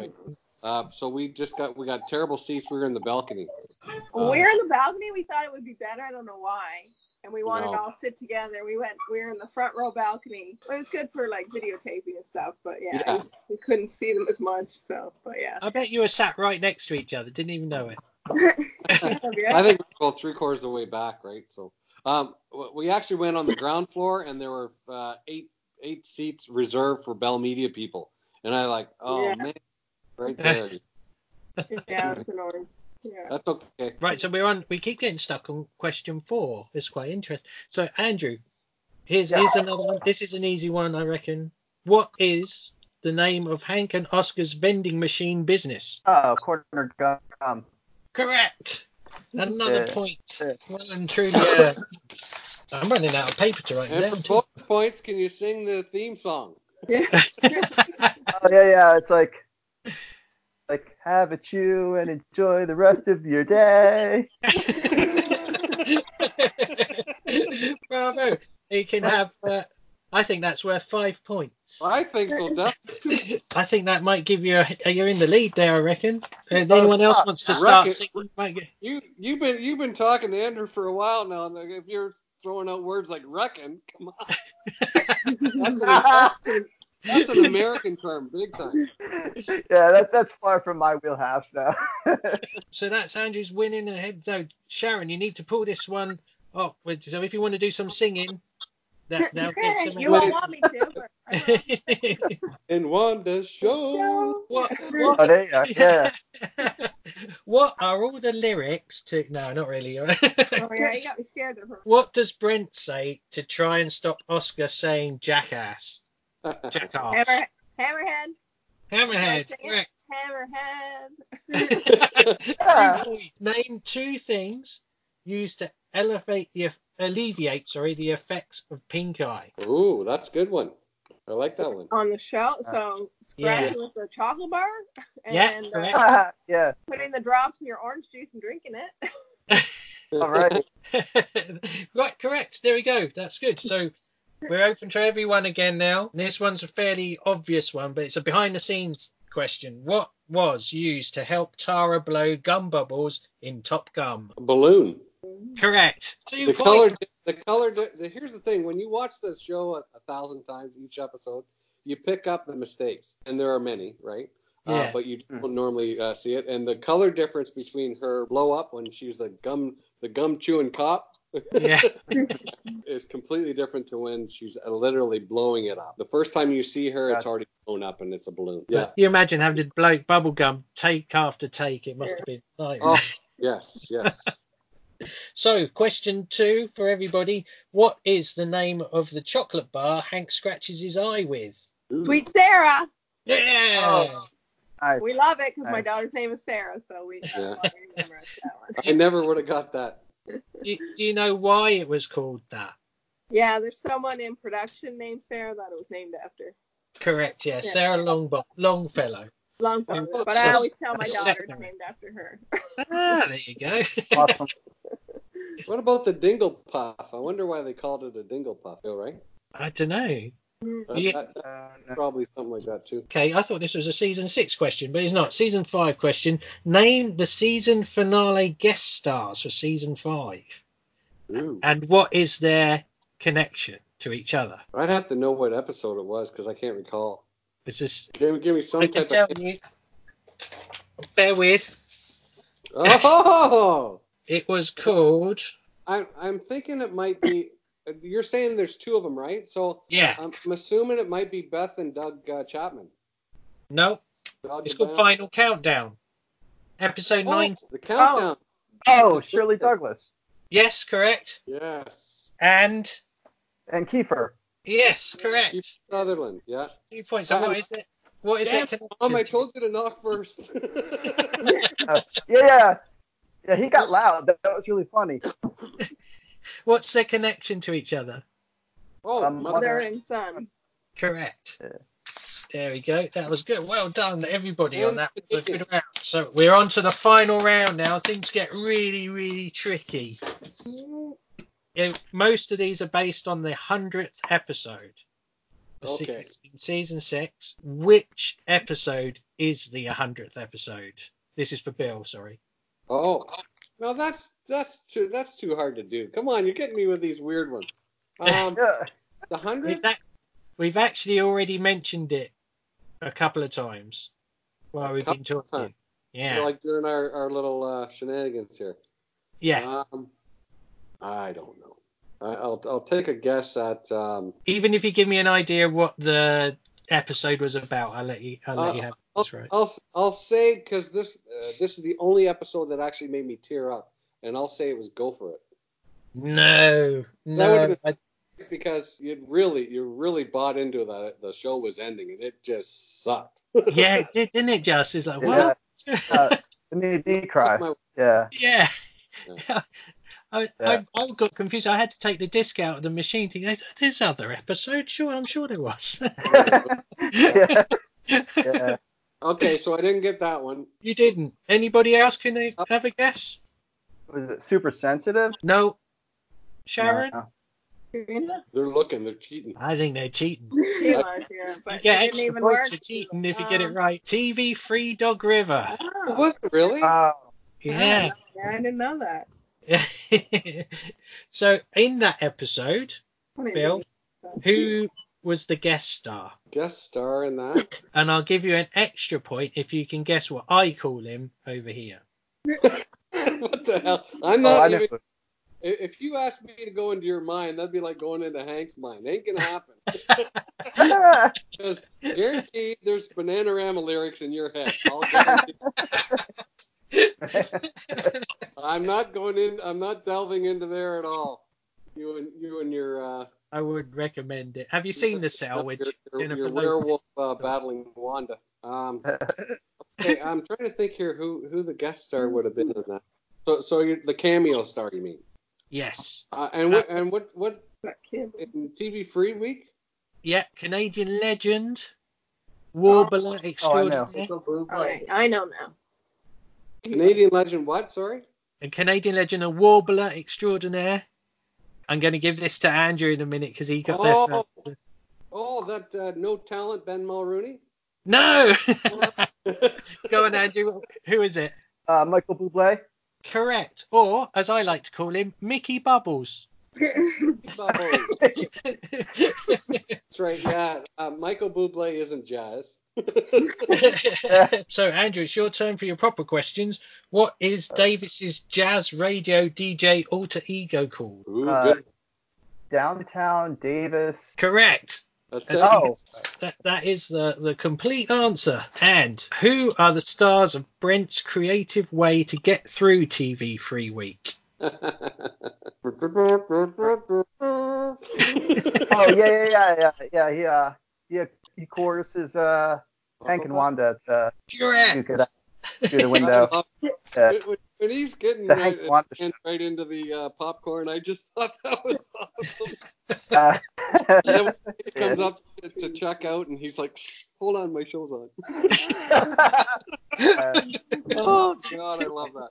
[SPEAKER 3] Anyway, Uh, so we just got we got terrible seats. We were in the balcony. Uh,
[SPEAKER 6] When we were in the balcony. We thought it would be better. I don't know why. And we wanted
[SPEAKER 3] No.
[SPEAKER 6] to all sit together. We went. We were in the front row balcony. It was good for like videotaping and stuff. But yeah,
[SPEAKER 3] Yeah.
[SPEAKER 6] We, we couldn't see them as much. So, but yeah.
[SPEAKER 2] I bet you were sat right next to each other. Didn't even know it.
[SPEAKER 3] I think we were both three quarters of the way back, right? So um, w- we actually went on the ground floor, and there were uh, eight eight seats reserved for Bell Media people. And I like, oh
[SPEAKER 6] Yeah.
[SPEAKER 3] man, right there.
[SPEAKER 6] yeah, it was annoying. Yeah.
[SPEAKER 3] That's okay.
[SPEAKER 2] Right, so we're on. We keep getting stuck on question four. It's quite interesting. So Andrew, here's here's another one. This is an easy one, I reckon. What is the name of Hank and Oscar's vending machine business?
[SPEAKER 5] Oh, corner gum. Oh,
[SPEAKER 2] Correct. Another
[SPEAKER 5] Yeah.
[SPEAKER 2] point.
[SPEAKER 5] Yeah.
[SPEAKER 2] Well and truly. Uh, I'm running out of paper to write
[SPEAKER 3] And
[SPEAKER 2] down.
[SPEAKER 3] for
[SPEAKER 2] Too.
[SPEAKER 3] bonus points, can you sing the theme song?
[SPEAKER 5] Oh yeah, yeah. It's like like have a chew and enjoy the rest of your day.
[SPEAKER 2] Bravo. He can have. Uh, I think that's worth five points.
[SPEAKER 3] I think so. Definitely.
[SPEAKER 2] I think that might give you a. You're in the lead there, I reckon. If
[SPEAKER 5] Oh,
[SPEAKER 2] anyone else
[SPEAKER 5] fuck.
[SPEAKER 2] wants to
[SPEAKER 3] Wreck
[SPEAKER 2] start
[SPEAKER 3] it.
[SPEAKER 2] singing, might get-
[SPEAKER 3] You you've been you've been talking to Andrew for a while now, and like, if you're throwing out words like "reckon," come on, that's an, that's, an, that's an American term, big time.
[SPEAKER 5] Yeah, that, that's far from my wheelhouse now.
[SPEAKER 2] So that's Andrew's winning ahead. So Sharon, you need to pull this one up. with- So if you want to do some singing, that that'll get some.
[SPEAKER 6] you won't want me to. but I will.
[SPEAKER 3] And Wanda show.
[SPEAKER 6] So,
[SPEAKER 2] what?
[SPEAKER 5] oh,
[SPEAKER 2] What?
[SPEAKER 5] there you are. Yeah.
[SPEAKER 2] what are all the lyrics to? No, not really.
[SPEAKER 6] oh, yeah, you got me scared there for a
[SPEAKER 2] what does Brent say to try and stop Oscar saying jackass?
[SPEAKER 6] minute.
[SPEAKER 2] Jackass.
[SPEAKER 6] Hammerhead.
[SPEAKER 2] Hammerhead.
[SPEAKER 6] Hammerhead. Hammerhead.
[SPEAKER 2] Correct.
[SPEAKER 6] Hammerhead.
[SPEAKER 5] yeah.
[SPEAKER 2] Name two things used to elevate the alleviate, sorry, the effects of pink eye.
[SPEAKER 3] Ooh, that's a good one. I like that one.
[SPEAKER 6] On the show. So scratching with a chocolate bar
[SPEAKER 2] Yeah,
[SPEAKER 6] and
[SPEAKER 2] correct.
[SPEAKER 6] uh,
[SPEAKER 5] yeah.
[SPEAKER 6] putting the drops in your orange juice and drinking it.
[SPEAKER 5] All right.
[SPEAKER 2] right, correct. There we go. That's good. So we're open to everyone again now. This one's a fairly obvious one, but it's a behind the scenes question. What was used to help Tara blow gum bubbles in Top Gum?
[SPEAKER 3] Balloon.
[SPEAKER 2] Correct. Two
[SPEAKER 3] The
[SPEAKER 2] points.
[SPEAKER 3] color. The color. The, here's the thing: when you watch the show a, a thousand times each episode, you pick up the mistakes, and there are many, right?
[SPEAKER 2] Yeah.
[SPEAKER 3] Uh, but you don't normally uh, see it. And the color difference between her blow up when she's the gum, the gum chewing cop,
[SPEAKER 2] yeah.
[SPEAKER 3] is completely different to when she's uh, literally blowing it up. The first time you see her, it's
[SPEAKER 5] Gotcha.
[SPEAKER 3] already blown up and it's a balloon. Yeah.
[SPEAKER 2] But you imagine having to blow bubble gum take after take. It must have been like.
[SPEAKER 3] Oh, yes, yes.
[SPEAKER 2] So, question two for everybody: What is the name of the chocolate bar Hank scratches his eye with?
[SPEAKER 3] Ooh.
[SPEAKER 6] Sweet Sarah.
[SPEAKER 2] Yeah.
[SPEAKER 5] Oh. Nice.
[SPEAKER 6] We love it because my
[SPEAKER 5] Nice.
[SPEAKER 6] daughter's name is Sarah, so we uh,
[SPEAKER 3] Yeah.
[SPEAKER 6] remember that one.
[SPEAKER 3] I never would have got that.
[SPEAKER 2] do, do you know why it was called that?
[SPEAKER 6] Yeah, there's someone in production named Sarah that it was named after.
[SPEAKER 2] Correct, yeah.
[SPEAKER 6] Yeah.
[SPEAKER 2] Sarah Longbo- Longfellow.
[SPEAKER 6] Longfellow.
[SPEAKER 2] Yeah.
[SPEAKER 6] But I always tell my
[SPEAKER 2] That's
[SPEAKER 6] daughter it's
[SPEAKER 2] secondary.
[SPEAKER 6] named after her.
[SPEAKER 2] Ah, there you go.
[SPEAKER 5] Awesome.
[SPEAKER 3] What about the dingle puff? I wonder why they called it a dingle puff, though, right?
[SPEAKER 2] I don't know.
[SPEAKER 3] That-
[SPEAKER 2] Yeah.
[SPEAKER 3] that-
[SPEAKER 5] Uh,
[SPEAKER 3] that's probably something like that, too.
[SPEAKER 2] Okay, I thought this was a season six question, but it's not. Season five question. Name the season finale guest stars for season five,
[SPEAKER 3] Ooh.
[SPEAKER 2] and what is their connection to each other?
[SPEAKER 3] I'd have to know what episode it was because I can't recall.
[SPEAKER 2] It's just
[SPEAKER 3] Give me, give me
[SPEAKER 2] I
[SPEAKER 3] some
[SPEAKER 2] can
[SPEAKER 3] type
[SPEAKER 2] tell
[SPEAKER 3] of.
[SPEAKER 2] you. Bear with.
[SPEAKER 3] Oh!
[SPEAKER 2] It was called.
[SPEAKER 3] I, I'm thinking it might be. You're saying there's two of them, right? So
[SPEAKER 2] Yeah.
[SPEAKER 3] I'm, I'm assuming it might be Beth and Doug uh, Chapman.
[SPEAKER 2] No.
[SPEAKER 3] Doug
[SPEAKER 2] It's
[SPEAKER 3] the
[SPEAKER 2] called
[SPEAKER 3] Bouncer.
[SPEAKER 2] Final Countdown. Episode
[SPEAKER 3] Oh,
[SPEAKER 2] nine.
[SPEAKER 3] The countdown.
[SPEAKER 5] oh, Shirley Douglas
[SPEAKER 2] Yes, correct.
[SPEAKER 3] Yes.
[SPEAKER 2] And
[SPEAKER 5] and Kiefer.
[SPEAKER 2] Yes, correct.
[SPEAKER 3] Keith Sutherland. Yeah.
[SPEAKER 2] Two points. And
[SPEAKER 3] Damn.
[SPEAKER 2] what is it? What is
[SPEAKER 3] Damn,
[SPEAKER 2] it?
[SPEAKER 3] Mom, I
[SPEAKER 2] connected to?
[SPEAKER 3] told you to knock first.
[SPEAKER 5] Yeah, yeah. Yeah, he got
[SPEAKER 3] What's-
[SPEAKER 5] loud. That, that was really funny.
[SPEAKER 2] What's their connection to each other?
[SPEAKER 3] oh,
[SPEAKER 5] Um,
[SPEAKER 3] mother.
[SPEAKER 6] Mother and son.
[SPEAKER 2] Correct. There we go. That was good. Well done, everybody, on that. It was a good
[SPEAKER 3] Indeed.
[SPEAKER 2] round. So we're on to the final round now. Things get really, really tricky. Yeah, most of these are based on the hundredth episode.
[SPEAKER 3] Okay.
[SPEAKER 2] Se- Season six. Which episode is the 100th episode. This is for Bill, sorry.
[SPEAKER 3] Oh, no, that's that's too that's too hard to do. Come on, you're getting me with these weird ones. Um,
[SPEAKER 5] Yeah.
[SPEAKER 3] the hundredth.
[SPEAKER 2] We've, ac- we've actually already mentioned it a couple of times while we've been
[SPEAKER 3] Couple of
[SPEAKER 2] talking.
[SPEAKER 3] times.
[SPEAKER 2] Yeah.
[SPEAKER 3] Like during our our little uh, shenanigans here.
[SPEAKER 2] yeah.
[SPEAKER 3] Um, I don't know. I, I'll I'll take a guess at. Um,
[SPEAKER 2] Even if you give me an idea of what the episode was about, I'll let you. I'll let
[SPEAKER 3] Uh,
[SPEAKER 2] you have
[SPEAKER 3] I'll,
[SPEAKER 2] this right.
[SPEAKER 3] I'll I'll say because this uh, this is the only episode that actually made me tear up, and I'll say it was Go for It
[SPEAKER 2] no, no,
[SPEAKER 3] would've
[SPEAKER 2] I-
[SPEAKER 3] because you really you really bought into that the show was ending and it just sucked.
[SPEAKER 2] yeah, it did, didn't it? Just it's like
[SPEAKER 5] Yeah.
[SPEAKER 2] what?
[SPEAKER 5] Uh, the knee D cry.
[SPEAKER 3] Took my-
[SPEAKER 5] Yeah.
[SPEAKER 2] Yeah. I,
[SPEAKER 5] Yeah.
[SPEAKER 2] I, I got confused. I had to take the disc out of the machine. Thinking, "There's- there's other episode. Sure, I'm sure there was.
[SPEAKER 5] yeah. yeah.
[SPEAKER 3] okay, so I didn't get that one.
[SPEAKER 2] you didn't. Anybody else can they
[SPEAKER 3] Uh,
[SPEAKER 2] have a guess?
[SPEAKER 5] Was it super sensitive?
[SPEAKER 2] No. Sharon,
[SPEAKER 5] No.
[SPEAKER 6] Serena?
[SPEAKER 3] They're looking, they're cheating.
[SPEAKER 2] I think they're cheating.
[SPEAKER 6] She was, yeah. But
[SPEAKER 2] you get
[SPEAKER 6] it didn't
[SPEAKER 2] extra
[SPEAKER 6] even
[SPEAKER 2] points
[SPEAKER 6] work.
[SPEAKER 2] for cheating if you get it
[SPEAKER 6] Um,
[SPEAKER 2] right. TV Free Dog River.
[SPEAKER 6] wow.
[SPEAKER 5] Ah.
[SPEAKER 3] It wasn't really.
[SPEAKER 5] Oh,
[SPEAKER 2] Yeah.
[SPEAKER 6] Yeah, I didn't know that.
[SPEAKER 2] so in that episode,
[SPEAKER 6] I didn't
[SPEAKER 2] Bill,
[SPEAKER 6] know that.
[SPEAKER 2] who was the guest star?
[SPEAKER 3] Guest star in that.
[SPEAKER 2] And I'll give you an extra point if you can guess what I call him over here.
[SPEAKER 3] what the hell? I'm
[SPEAKER 5] oh
[SPEAKER 3] not
[SPEAKER 5] I
[SPEAKER 3] even.
[SPEAKER 5] know.
[SPEAKER 3] If if you asked me to go into your mind, that'd be like going into Hank's mind. Ain't gonna happen.
[SPEAKER 5] Ah,
[SPEAKER 3] Because guaranteed, there's Bananarama lyrics in your head. I'll guarantee. I'm not going in. I'm not delving into there at all. You and you and your. Uh,
[SPEAKER 2] I would recommend it. Have you seen the cell with
[SPEAKER 3] Your, your,
[SPEAKER 2] Jennifer
[SPEAKER 3] your
[SPEAKER 2] Lopez?
[SPEAKER 3] werewolf uh, battling Wanda. Um, okay, I'm trying to think here who who the guest star would have been in that. So so you the cameo star you mean?
[SPEAKER 2] Yes.
[SPEAKER 3] Uh, and what and what what
[SPEAKER 6] That kid.
[SPEAKER 3] in TV free week?
[SPEAKER 2] Yeah, Canadian legend, warbler extraordinaire.
[SPEAKER 6] All right, I know now.
[SPEAKER 3] Oh, Canadian legend what? Sorry.
[SPEAKER 2] A Canadian legend, a warbler extraordinaire. I'm going to give this to Andrew in a minute because he got
[SPEAKER 3] Oh.
[SPEAKER 2] there first.
[SPEAKER 3] Oh, that uh, no talent Ben Mulrooney.
[SPEAKER 2] No! Go on, Andrew. Who is it?
[SPEAKER 5] uh, Michael Bublé.
[SPEAKER 2] Correct. Or, as I like to call him, Mickey Bubbles.
[SPEAKER 3] Bubbles.
[SPEAKER 2] so,
[SPEAKER 3] That's right. Yeah, uh, Michael Bublé isn't jazz.
[SPEAKER 2] Andrew, it's your turn for your proper questions. What is Davis's jazz radio DJ alter ego called?
[SPEAKER 3] Ooh,
[SPEAKER 5] Uh,
[SPEAKER 3] good.
[SPEAKER 5] Downtown Davis.
[SPEAKER 2] Correct.
[SPEAKER 3] That's it.
[SPEAKER 2] that's-
[SPEAKER 5] Oh,
[SPEAKER 2] That that is the, the complete answer. And who are the stars of Brent's creative way to get through TV free week?
[SPEAKER 5] oh yeah, yeah, yeah, yeah, yeah. He uh, he, he choruses uh, Hank
[SPEAKER 3] Uh-huh.
[SPEAKER 5] and Wanda to you
[SPEAKER 2] Correct.
[SPEAKER 5] could, uh, through the window. Yeah.
[SPEAKER 3] When, when he's getting
[SPEAKER 5] The Hank
[SPEAKER 3] right,
[SPEAKER 5] Wanda
[SPEAKER 3] hand right into the uh, popcorn, I just thought that was awesome.
[SPEAKER 5] Uh,
[SPEAKER 3] And then when he comes up to, to check out, and he's like, "Shh, "Hold on, my show's on."
[SPEAKER 5] uh,
[SPEAKER 3] Oh God, I love that.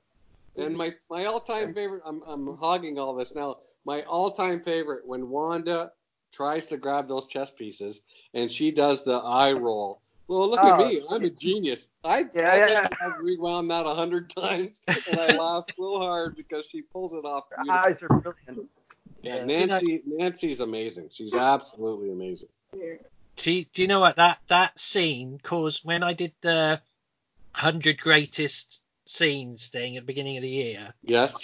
[SPEAKER 3] And my my all time favorite. I'm I'm hogging all this now. My all time favorite when Wanda tries to grab those chess pieces and she does the eye roll. Well, look at
[SPEAKER 5] Oh.
[SPEAKER 3] me. I'm a genius. I
[SPEAKER 5] Yeah,
[SPEAKER 3] I
[SPEAKER 5] yeah.
[SPEAKER 3] have rewound that a hundred times, and I laugh so hard because she pulls it off.
[SPEAKER 5] her
[SPEAKER 3] beautifully.
[SPEAKER 5] eyes are brilliant.
[SPEAKER 3] Yeah,
[SPEAKER 2] Do you know-
[SPEAKER 3] Nancy Nancy's amazing. She's absolutely amazing.
[SPEAKER 2] Do you, do you know what that that scene caused when I did the hundred greatest scenes thing at the beginning of the year?
[SPEAKER 3] Yes.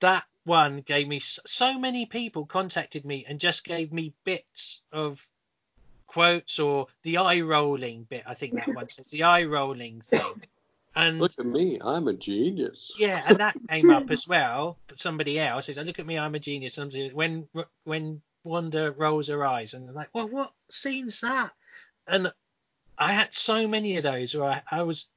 [SPEAKER 2] That one gave me s- so many people contacted me and just gave me bits of quotes or the eye rolling bit. I think that one says the eye rolling thing, and
[SPEAKER 5] Mm.
[SPEAKER 3] Look at me. I'm a genius.
[SPEAKER 2] yeah, and that came up as well. But somebody else said, "Look at me, I'm a genius." Somebody when when Wanda rolls her eyes and they're like, "Well, what scene's that?" And I had so many of those where I, I was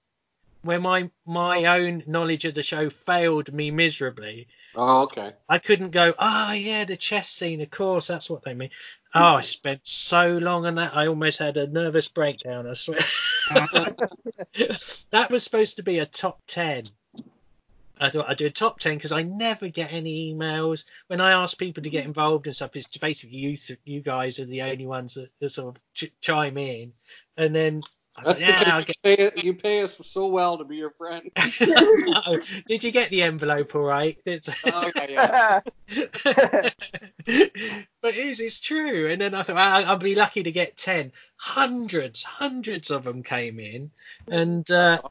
[SPEAKER 2] where my my own knowledge of the show failed me miserably.
[SPEAKER 3] Oh, okay.
[SPEAKER 2] I couldn't go, "Ah, yeah, the chess scene, of course, that's what they mean." Oh, I spent so long on that. I almost had a nervous breakdown. I swear. that was supposed to be a top 10. I thought I'd do a top 10 because I never get any emails. When I ask people to get involved and stuff, it's basically you, th- you guys are the only ones that, that sort of ch- chime in. And then I was
[SPEAKER 3] That's
[SPEAKER 2] like, yeah, I'll
[SPEAKER 3] because you pay, you pay us so well to be your friend.
[SPEAKER 2] get... Did you get the envelope all right? It's...
[SPEAKER 3] okay, yeah.
[SPEAKER 2] but it is, it's true. And then I thought, well, I'll be lucky to get 10. Hundreds, hundreds of them came in. And uh,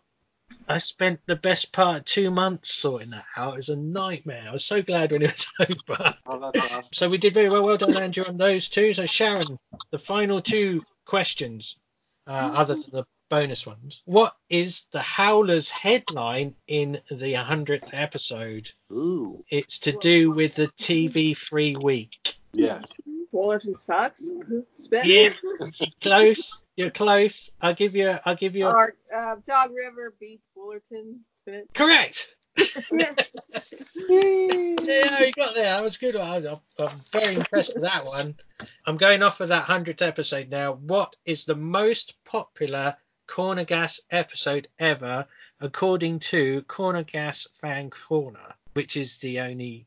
[SPEAKER 2] I spent the best part of two months sorting that out. It was a nightmare. I was so glad when it was over.
[SPEAKER 3] Oh, that's awesome.
[SPEAKER 2] So we did very well. Well done, Andrew, on those two. So, Sharon, the final two questions, uh, other than the bonus ones. What is the Howler's headline in the 100th episode?
[SPEAKER 3] Ooh,
[SPEAKER 2] It's to do with the TV free week.
[SPEAKER 3] yes.
[SPEAKER 6] Fullerton sucks. Spit.
[SPEAKER 2] Yeah. Close. You're close. I'll give you. I'll give you. A...
[SPEAKER 6] Or uh, Dog River beats Fullerton. Spit.
[SPEAKER 2] Correct. Yeah, you got there. That was good. I, I'm, I'm very impressed with that one. I'm going off of that 100th episode now. What is the most popular Corner Gas episode ever, according to Corner Gas Fan Corner, which is the only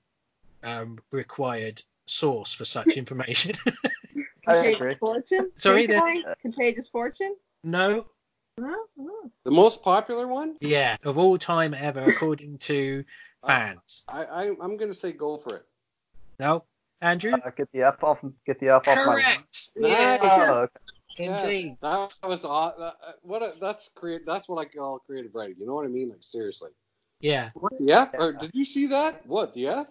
[SPEAKER 2] um, required source for such information?
[SPEAKER 5] I agree.
[SPEAKER 6] Contagious Fortune.
[SPEAKER 2] Sorry,
[SPEAKER 6] Big guy? Contagious Fortune.
[SPEAKER 2] no?
[SPEAKER 6] Huh? Oh.
[SPEAKER 3] The most popular one?
[SPEAKER 2] Yeah, of all time ever, according to fans.
[SPEAKER 3] I, I I'm gonna say go for it.
[SPEAKER 2] No? Andrew?
[SPEAKER 5] Uh, get the F off. Get the F off my.
[SPEAKER 2] Correct.
[SPEAKER 3] Nice.
[SPEAKER 5] Oh,
[SPEAKER 2] Yeah,
[SPEAKER 5] okay.
[SPEAKER 3] Yeah,
[SPEAKER 2] indeed.
[SPEAKER 3] that was aw- that- what a, that's create. That's what I call creative writing. You know what I mean? Like seriously.
[SPEAKER 2] Yeah.
[SPEAKER 3] What the F? Or, did you see that? What the F?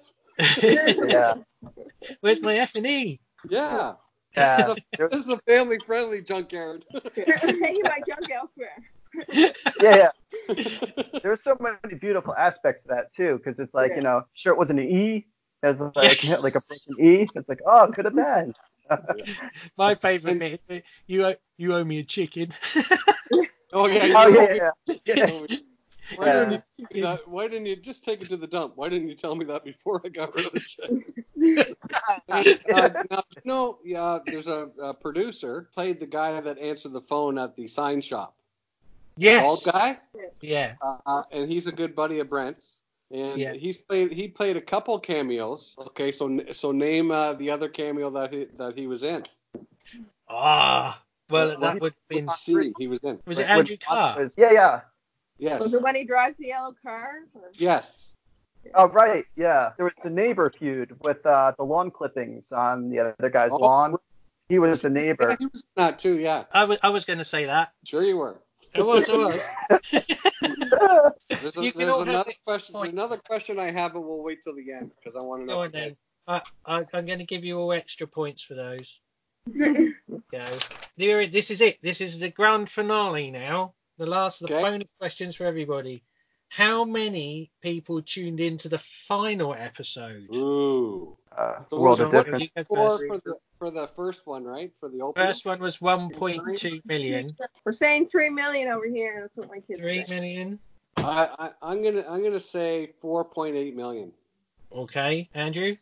[SPEAKER 5] Yeah.
[SPEAKER 2] Where's my F and E?
[SPEAKER 3] Yeah.
[SPEAKER 5] yeah. There-
[SPEAKER 3] This is a family friendly junkyard.
[SPEAKER 6] you might junk elsewhere.
[SPEAKER 5] yeah, yeah. There's so many beautiful aspects of that too, because it's like
[SPEAKER 6] Yeah.
[SPEAKER 5] you know, sure it was an E, it was like like a broken E. It's like oh, could have been.
[SPEAKER 2] My favourite bit. is that You owe, you owe me a chicken.
[SPEAKER 3] oh yeah. you
[SPEAKER 5] Oh
[SPEAKER 3] know,
[SPEAKER 5] yeah, yeah.
[SPEAKER 3] Why, didn't you
[SPEAKER 5] Yeah.
[SPEAKER 3] tell me that- why didn't you just take it to the dump? Why didn't you tell me that before I got rid of the shit? And, uh, now, you know, yeah, there's a, a producer played the guy that answered the phone at the sign shop.
[SPEAKER 2] yes.
[SPEAKER 3] Bald guy.
[SPEAKER 2] Oh, Yeah.
[SPEAKER 3] uh, and he's a good buddy of Brent's. And
[SPEAKER 2] Yeah.
[SPEAKER 3] he's played he played a couple cameos. Okay, so so name uh, the other cameo that he that he was in.
[SPEAKER 2] Ah. Well,
[SPEAKER 3] Well,
[SPEAKER 2] that would have been.
[SPEAKER 3] C he was in.
[SPEAKER 2] Was it
[SPEAKER 5] When- when
[SPEAKER 2] Andrew Carr?
[SPEAKER 5] was- yeah, yeah.
[SPEAKER 3] Yes.
[SPEAKER 6] Was it when he drives the yellow car? Or-
[SPEAKER 3] Yes.
[SPEAKER 5] Oh right, yeah. There was the neighbor feud with uh, the lawn clippings on the other guy's
[SPEAKER 3] Oh,
[SPEAKER 5] lawn. He was the
[SPEAKER 3] Yeah,
[SPEAKER 5] neighbor.
[SPEAKER 3] he was in that too, yeah.
[SPEAKER 2] I was, I was going to say that.
[SPEAKER 3] Sure you were.
[SPEAKER 2] It was, it was.
[SPEAKER 5] Uh,
[SPEAKER 3] There's, a,
[SPEAKER 2] You can
[SPEAKER 3] there's
[SPEAKER 2] all have
[SPEAKER 3] another
[SPEAKER 2] it.
[SPEAKER 3] question
[SPEAKER 2] Point.
[SPEAKER 3] another question I have but we'll wait till the end because I want to know.
[SPEAKER 2] Go on then. I, I, I'm going to give you all extra points for those. Go. There, this is it. This is the grand finale now. The last of the
[SPEAKER 3] Okay.
[SPEAKER 2] bonus questions for everybody. How many people tuned into the final episode?
[SPEAKER 3] Ooh.
[SPEAKER 5] Uh,
[SPEAKER 3] So
[SPEAKER 5] world
[SPEAKER 3] what-
[SPEAKER 5] of
[SPEAKER 3] what-
[SPEAKER 5] difference.
[SPEAKER 2] You go
[SPEAKER 3] Or
[SPEAKER 2] first.
[SPEAKER 3] for the for the first one, right? For the opening.
[SPEAKER 2] First one was 1.2 million.
[SPEAKER 6] We're saying three million over here. That's what my kids
[SPEAKER 2] 3
[SPEAKER 6] say.
[SPEAKER 2] million.
[SPEAKER 3] I, I I'm gonna I'm gonna say four point eight million.
[SPEAKER 2] Okay, Andrew.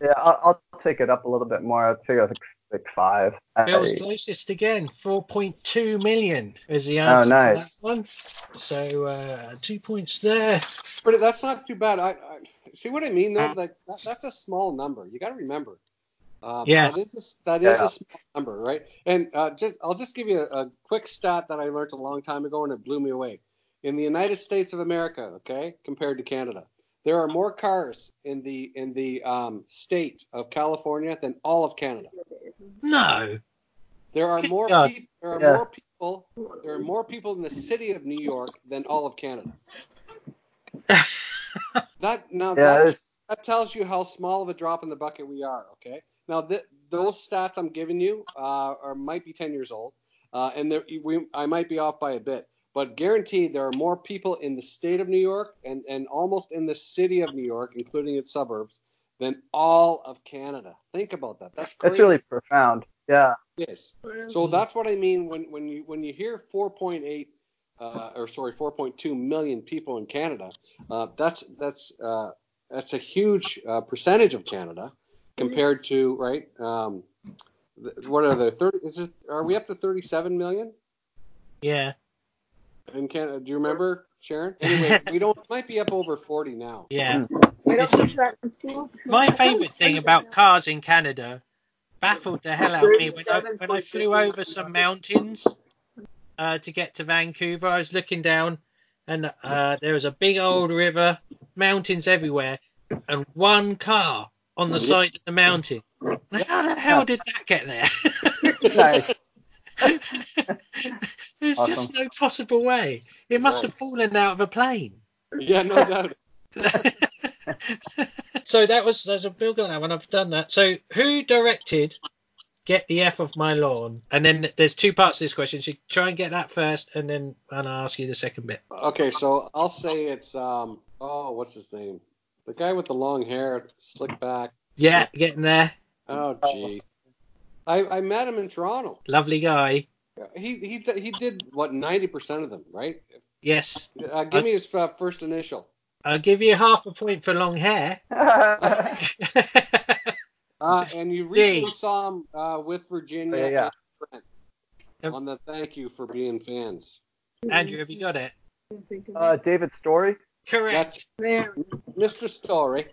[SPEAKER 5] Yeah, I'll, I'll take it up a little bit more. I'll figure like, like five.
[SPEAKER 2] Bill's
[SPEAKER 5] I-
[SPEAKER 2] closest again. 4.2 million is the
[SPEAKER 5] Oh,
[SPEAKER 2] answer to that
[SPEAKER 5] nice.
[SPEAKER 2] one. So uh, two points there.
[SPEAKER 3] But it- that's not too bad. I, I see what I mean though. Like that, that's a small number. You got to remember. Um,
[SPEAKER 2] Yeah.
[SPEAKER 3] that is a, s- that is
[SPEAKER 5] Yeah.
[SPEAKER 3] a small number, right? And uh, just I'll just give you a, a quick stat that I learned a long time ago, and it blew me away. In the United States of America, okay, compared to Canada, there are more cars in the in the um, state of California than all of Canada.
[SPEAKER 2] No.
[SPEAKER 3] There are more
[SPEAKER 2] Yeah.
[SPEAKER 3] peop there are
[SPEAKER 5] Yeah.
[SPEAKER 3] more people there are more people in the city of New York than all of Canada. that now
[SPEAKER 5] Yeah,
[SPEAKER 3] that
[SPEAKER 5] it's,
[SPEAKER 3] that tells you how small of a drop in the bucket we are. Okay. Now, th- those stats I'm giving you uh, are might be 10 years old, uh, and there, we, I might be off by a bit, but guaranteed there are more people in the state of New York and, and almost in the city of New York, including its suburbs, than all of Canada. Think about that. That's crazy.
[SPEAKER 5] it's really profound. Yeah.
[SPEAKER 3] Yes. So
[SPEAKER 2] Mm-hmm.
[SPEAKER 3] that's what I mean when, when you when you hear 4.8 uh, or sorry 4.2 million people in Canada, uh, that's that's uh, that's a huge uh, percentage of Canada compared to right. Um, th- what are the 30? Is it are we up to 37 million
[SPEAKER 2] Yeah.
[SPEAKER 3] in Canada? Do you remember Sharon? Anyway, we don't might be up over 40 now.
[SPEAKER 2] Yeah.
[SPEAKER 6] I don't
[SPEAKER 2] It's a-
[SPEAKER 6] teach that in school.
[SPEAKER 2] My favourite thing about cars in Canada baffled the hell out of me when I, when I flew over some mountains uh, to get to Vancouver. I was looking down, and uh, there was a big old river, mountains everywhere, and one car on the side of the mountain. How the hell did that get there?
[SPEAKER 5] Nice.
[SPEAKER 2] There's just
[SPEAKER 5] Awesome.
[SPEAKER 2] no possible way. It must have fallen out of a plane.
[SPEAKER 3] Yeah, no doubt.
[SPEAKER 2] so that was there's a build on that one. I've done that. So who directed Get the F off my lawn? And then there's two parts to this question. So try and get that first, and then and I'll ask you the second bit.
[SPEAKER 3] Okay, so I'll say it's um. Oh, what's his name? The guy with the long hair, slick back.
[SPEAKER 2] Yeah, getting there.
[SPEAKER 3] Oh, gee. I, I met him in Toronto.
[SPEAKER 2] Lovely guy.
[SPEAKER 3] He he d- he did what ninety percent of them, right?
[SPEAKER 2] Yes,
[SPEAKER 3] Uh, give me his uh, first initial.
[SPEAKER 2] I'll give you half a point for long hair.
[SPEAKER 5] yeah,
[SPEAKER 3] Uh, and you recently saw him uh, with Virginia
[SPEAKER 5] Yeah, yeah.
[SPEAKER 3] and Brent on the thank you for being fans.
[SPEAKER 2] Andrew, have you got it?
[SPEAKER 5] uh, David Story.
[SPEAKER 2] Correct.
[SPEAKER 3] That's
[SPEAKER 6] there. we go.
[SPEAKER 3] Mr. Story.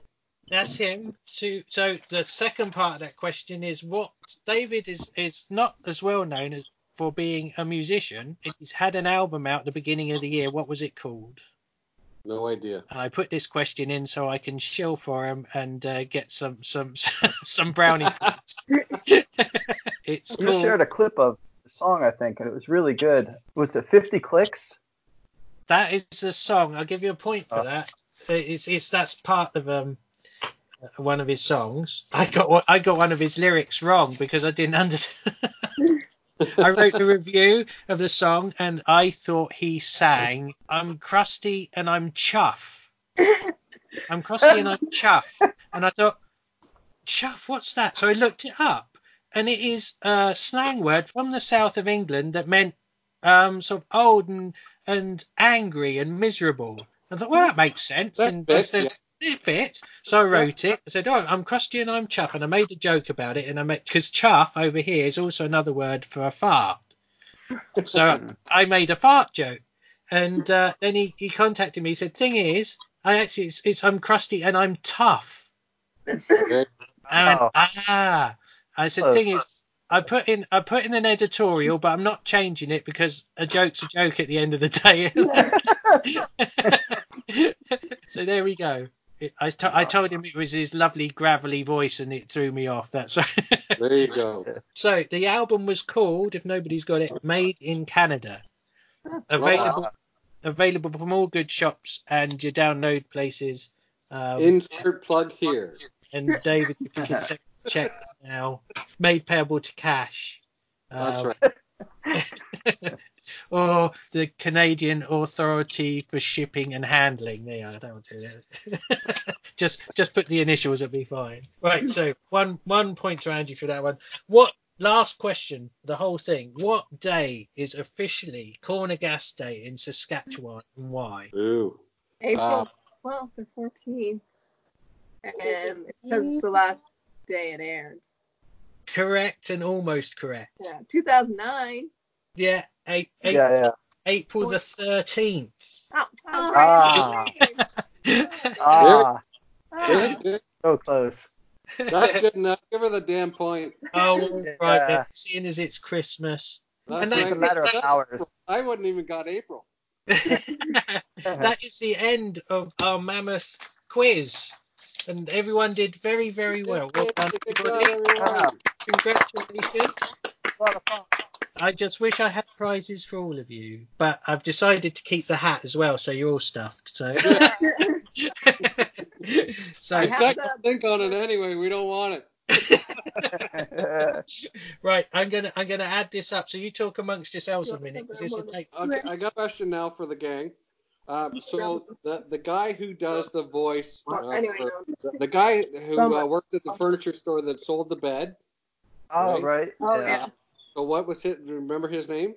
[SPEAKER 2] That's him. So, so the second part of that question is what David is is not as well known as for being a musician. He's had an album out at the beginning of the year. What was it called?
[SPEAKER 3] No idea.
[SPEAKER 2] And I put this question in so I can shill for him and uh, get some some some brownie points. it's
[SPEAKER 5] You
[SPEAKER 2] called
[SPEAKER 5] shared a clip of the song, I think, and it was really good. Was it 50 clicks?
[SPEAKER 2] that is a song. I'll give you a point for
[SPEAKER 5] Oh.
[SPEAKER 2] that. It's it's that's part of um one of his songs. I got one- I got one of his lyrics wrong because I didn't understand. I wrote a review of the song and I thought he sang "I'm crusty and I'm chuff." I'm crusty and I'm chuff, and I thought chuff. What's that? So I looked it up, and it is a slang word from the south of England that meant um sort of old and and angry and miserable. I thought, well, that makes sense.
[SPEAKER 3] That
[SPEAKER 2] and
[SPEAKER 3] fits,
[SPEAKER 2] I said, it fits. So I wrote it. I said, oh, I'm crusty and I'm chuff. And I made a joke about it. And I made, because chuff over here is also another word for a fart. So I made a fart joke. And uh, then he, he contacted me. He said, thing is, I actually, it's, it's I'm crusty and I'm tough. and I
[SPEAKER 5] Oh.
[SPEAKER 2] went, ah, I said, thing is, I put in I put in an editorial, but I'm not changing it because a joke's a joke at the end of the day. so there we go. It, I, to, I told him it was his lovely gravelly voice, and it threw me off. That's
[SPEAKER 3] There you go.
[SPEAKER 2] so. The album was called, if nobody's got it, "Made in Canada." Available, available from all good shops and your download places. Um,
[SPEAKER 3] Insert plug here.
[SPEAKER 2] and David, if you can send a check now, made payable to cash.
[SPEAKER 3] That's
[SPEAKER 2] Um,
[SPEAKER 5] Uh,
[SPEAKER 3] right.
[SPEAKER 2] or the Canadian Authority for Shipping and Handling. There, I don't do that. just just put the initials, it'll be fine. Right, so one one point to Andy for that one. What last question, the whole thing. What day is officially Corner Gas Day in Saskatchewan and why?
[SPEAKER 3] Ooh. Uh,
[SPEAKER 6] April 12th or 14th. And it says it's the last day it aired.
[SPEAKER 2] Correct and almost correct.
[SPEAKER 6] Yeah, 2009.
[SPEAKER 2] Yeah, a- a-
[SPEAKER 5] Yeah, yeah.
[SPEAKER 2] April the thirteenth.
[SPEAKER 6] Oh, I was
[SPEAKER 5] Ah.
[SPEAKER 6] right on the name.
[SPEAKER 5] Ah,
[SPEAKER 6] Ah.
[SPEAKER 3] Good, good.
[SPEAKER 5] so close.
[SPEAKER 3] That's good enough. Give her the damn point.
[SPEAKER 2] Oh, all right
[SPEAKER 5] Yeah.
[SPEAKER 2] then. Seeing as it's Christmas,
[SPEAKER 3] That's
[SPEAKER 2] And
[SPEAKER 5] It's
[SPEAKER 2] that-
[SPEAKER 5] a matter of hours.
[SPEAKER 3] I wouldn't even got April.
[SPEAKER 2] that is the end of our mammoth quiz, and everyone did very, very well. Well done,
[SPEAKER 3] Good job,
[SPEAKER 2] everybody.
[SPEAKER 3] everyone.
[SPEAKER 2] Congratulations. I just wish I had prizes for all of you, but I've decided to keep the hat as well, so you're all stuffed. So, so
[SPEAKER 6] I
[SPEAKER 3] It's
[SPEAKER 6] have
[SPEAKER 3] got
[SPEAKER 6] the-
[SPEAKER 3] think on it anyway. We don't want it.
[SPEAKER 2] right, I'm gonna I'm gonna add this up. So you talk amongst yourselves a minute because this will take.
[SPEAKER 3] Okay, I got a question now for the gang. Uh, so the the guy who does the voice, uh,
[SPEAKER 6] Anyway,
[SPEAKER 3] for-
[SPEAKER 6] no.
[SPEAKER 3] the guy who uh, worked at the furniture store that sold the bed.
[SPEAKER 5] All right.
[SPEAKER 6] Oh,
[SPEAKER 5] Yeah.
[SPEAKER 6] yeah.
[SPEAKER 3] So what was it? Remember his name?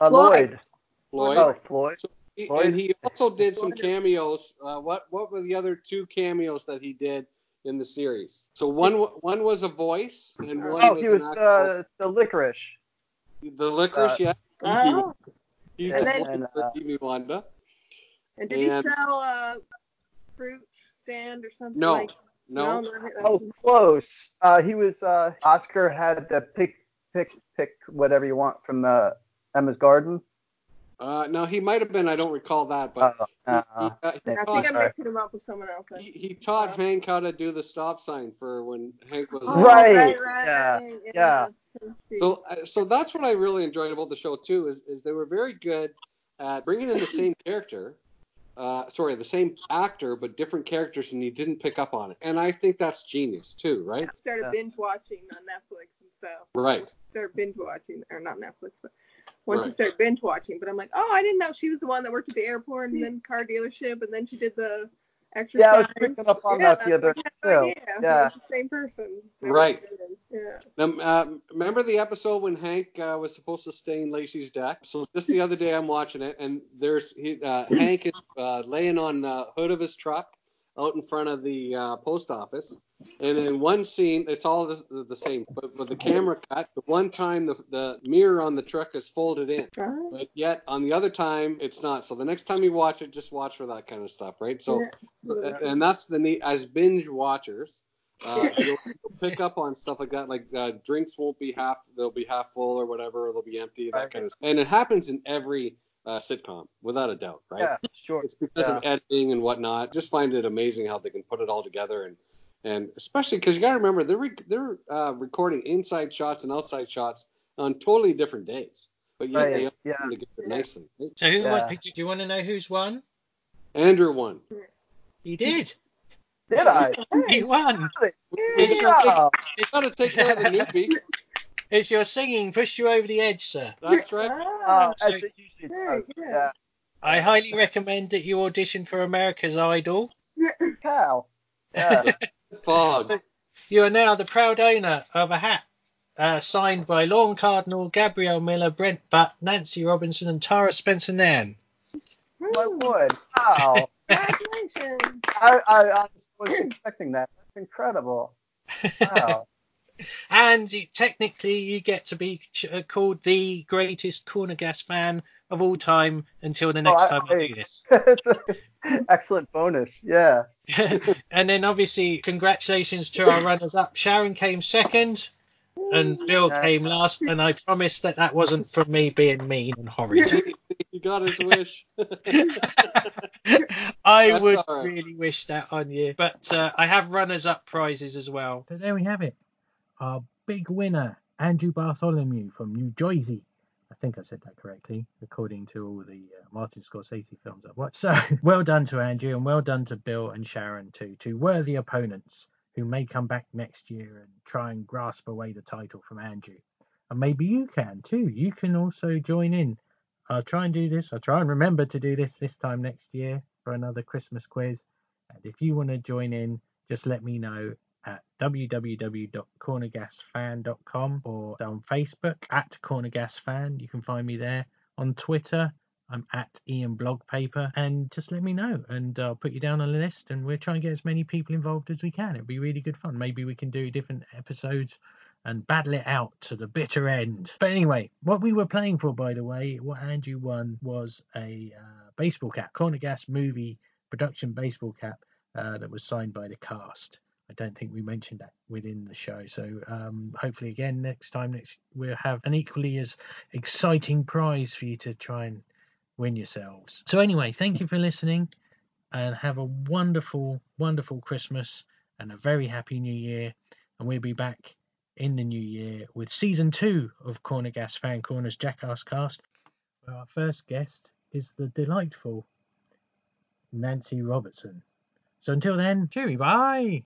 [SPEAKER 5] Uh, Lloyd.
[SPEAKER 3] Floyd.
[SPEAKER 5] Oh, Floyd.
[SPEAKER 3] He-
[SPEAKER 5] Lloyd.
[SPEAKER 3] And he also did some cameos. Uh, what what were the other two cameos that he did in the series? So one w- one was a voice, and one
[SPEAKER 5] Oh,
[SPEAKER 3] was,
[SPEAKER 5] he was
[SPEAKER 3] an actual,
[SPEAKER 5] the the licorice.
[SPEAKER 3] the licorice.
[SPEAKER 5] uh,
[SPEAKER 3] yeah,
[SPEAKER 6] Oh.
[SPEAKER 3] Mm-hmm. he's
[SPEAKER 5] And
[SPEAKER 3] the
[SPEAKER 5] uh,
[SPEAKER 6] then-
[SPEAKER 3] voice for Jimmy Wanda.
[SPEAKER 6] And did he
[SPEAKER 3] And-
[SPEAKER 6] sell a fruit stand or something?
[SPEAKER 3] No,
[SPEAKER 6] like
[SPEAKER 3] No,
[SPEAKER 5] Oh, close. Uh, he was. Uh, Oscar had the pick, pick, pick, whatever you want from the Emma's Garden.
[SPEAKER 3] Uh, no, he might have been. I don't recall that,
[SPEAKER 5] Uh,
[SPEAKER 3] but he-
[SPEAKER 5] uh, uh,
[SPEAKER 3] he, uh, he
[SPEAKER 5] thank
[SPEAKER 6] I
[SPEAKER 3] taught-
[SPEAKER 6] think I
[SPEAKER 5] Sorry.
[SPEAKER 6] mixed him up with someone else.
[SPEAKER 3] He, he taught Hank how to do the stop sign for when Hank was
[SPEAKER 5] Oh, Right.
[SPEAKER 6] right,
[SPEAKER 5] yeah,
[SPEAKER 6] right.
[SPEAKER 5] yeah.
[SPEAKER 6] yeah.
[SPEAKER 3] So uh, so that's what I really enjoyed about the show too is is they were very good at bringing in the same character, uh, sorry, the same actor but different characters, and you didn't pick up on it. And I think that's genius too, right?
[SPEAKER 6] started
[SPEAKER 5] Yeah.
[SPEAKER 6] binge watching on Netflix and stuff.
[SPEAKER 3] Right.
[SPEAKER 6] Start binge watching, or not Netflix, but once you
[SPEAKER 3] Right.
[SPEAKER 6] start binge watching. But I'm like, oh, I didn't know she was the one that worked at the airport and then car dealership and then she did the exercise.
[SPEAKER 5] Yeah, I was picking up on
[SPEAKER 6] Yeah,
[SPEAKER 5] that the other
[SPEAKER 6] I had
[SPEAKER 5] too.
[SPEAKER 6] no idea.
[SPEAKER 5] Yeah.
[SPEAKER 6] It was the same person.
[SPEAKER 3] Right.
[SPEAKER 6] Yeah.
[SPEAKER 3] Now, um, remember the episode when Hank uh, was supposed to stain Lacey's deck? So just the other day, I'm watching it, and there's he, uh, Hank is uh, laying on the hood of his truck out in front of the uh, post office, and in one scene, it's all the, the same, but with the camera cut, the one time the, the mirror on the truck is folded in.
[SPEAKER 6] Oh,
[SPEAKER 3] But yet, on the other time, it's not. So the next time you watch it, just watch for that kind of stuff, right? So
[SPEAKER 6] yeah.
[SPEAKER 3] uh, and that's the neat as binge watchers uh, you'll, you'll pick up on stuff like that like uh, drinks won't be half they'll be half full or whatever or they'll be empty that
[SPEAKER 5] Right.
[SPEAKER 3] kind of stuff and it happens in every uh, sitcom without a doubt right
[SPEAKER 5] Yeah, sure.
[SPEAKER 3] it's because of editing and whatnot just find it amazing how they can put it all together and and especially because you got to remember they're re- they're uh, recording inside shots and outside shots on totally different days but yet they
[SPEAKER 5] Right.
[SPEAKER 3] all
[SPEAKER 5] Yeah.
[SPEAKER 3] come together nicely right?
[SPEAKER 2] So who won?
[SPEAKER 5] Yeah.
[SPEAKER 2] Do you want to know who's won?
[SPEAKER 3] andrew won
[SPEAKER 2] He did.
[SPEAKER 5] Did I?
[SPEAKER 2] He won.
[SPEAKER 3] we
[SPEAKER 2] Yeah.
[SPEAKER 5] Yeah.
[SPEAKER 3] gotta take care of the newbie
[SPEAKER 2] It's your singing pushed you over the edge, sir.
[SPEAKER 3] that's right
[SPEAKER 6] ah.
[SPEAKER 5] Uh,
[SPEAKER 2] So-
[SPEAKER 5] as it usually
[SPEAKER 6] Very
[SPEAKER 5] does.
[SPEAKER 6] good.
[SPEAKER 5] Yeah.
[SPEAKER 2] I highly recommend that you audition for America's Idol.
[SPEAKER 5] Cow. Yeah.
[SPEAKER 3] Fog.
[SPEAKER 2] So- You are now the proud owner of a hat uh, signed by Lorne Cardinal, Gabrielle Miller, Brent Butt, Nancy Robinson, and Tara Spencer Nan.
[SPEAKER 5] My wood. Wow.
[SPEAKER 6] Congratulations.
[SPEAKER 5] I, I, I wasn't expecting that. That's incredible. Wow.
[SPEAKER 2] And you, technically, you get to be ch- uh, called the greatest corner gas fan of all time until the next
[SPEAKER 5] I-
[SPEAKER 2] time I
[SPEAKER 5] I-
[SPEAKER 2] do this.
[SPEAKER 5] It's an Excellent bonus. Yeah.
[SPEAKER 2] and then, obviously, congratulations to our runners up. Sharon came second, and Bill
[SPEAKER 5] Yeah.
[SPEAKER 2] came last. And I promise that that wasn't from me being mean and horrid.
[SPEAKER 3] He got his wish.
[SPEAKER 2] I
[SPEAKER 3] That's
[SPEAKER 2] would
[SPEAKER 3] all right.
[SPEAKER 2] really wish that on you, but uh, I have runners-up prizes as well.
[SPEAKER 8] But there we have it. Our big winner, Andrew Bartholomew from New Jersey. I think I said that correctly, according to all the uh, Martin Scorsese films I've watched. So well done to Andrew and well done to Bill and Sharon too, two worthy opponents who may come back next year and try and grasp away the title from Andrew. And maybe you can too. You can also join in. I'll try and do this. I'll try and remember to do this this time next year for another Christmas quiz. And if you want to join in, just let me know at www.cornergasfan.com or on Facebook at cornergasfan. You can find me there on Twitter. I'm at Ian Blogpaper, and just let me know, and I'll put you down on the list. And we'll try and get as many people involved as we can. It'd be really good fun. Maybe we can do different episodes and battle it out to the bitter end. But anyway, what we were playing for, by the way, what Andrew won was a uh, baseball cap, Corner Gas movie production baseball cap uh, that was signed by the cast. I don't think we mentioned that within the show. So um, hopefully, again next time, next we'll have an equally as exciting prize for you to try and win yourselves. So anyway, thank you for listening, and have a wonderful, wonderful Christmas and a very happy New Year. And we'll be back in the new year with season two of Corner Gas Fan Corners Jackass Cast. Where our first guest is the delightful Nancy Robertson. So until then, cheery bye.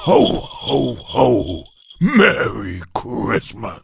[SPEAKER 1] Ho, ho, ho. Merry Christmas.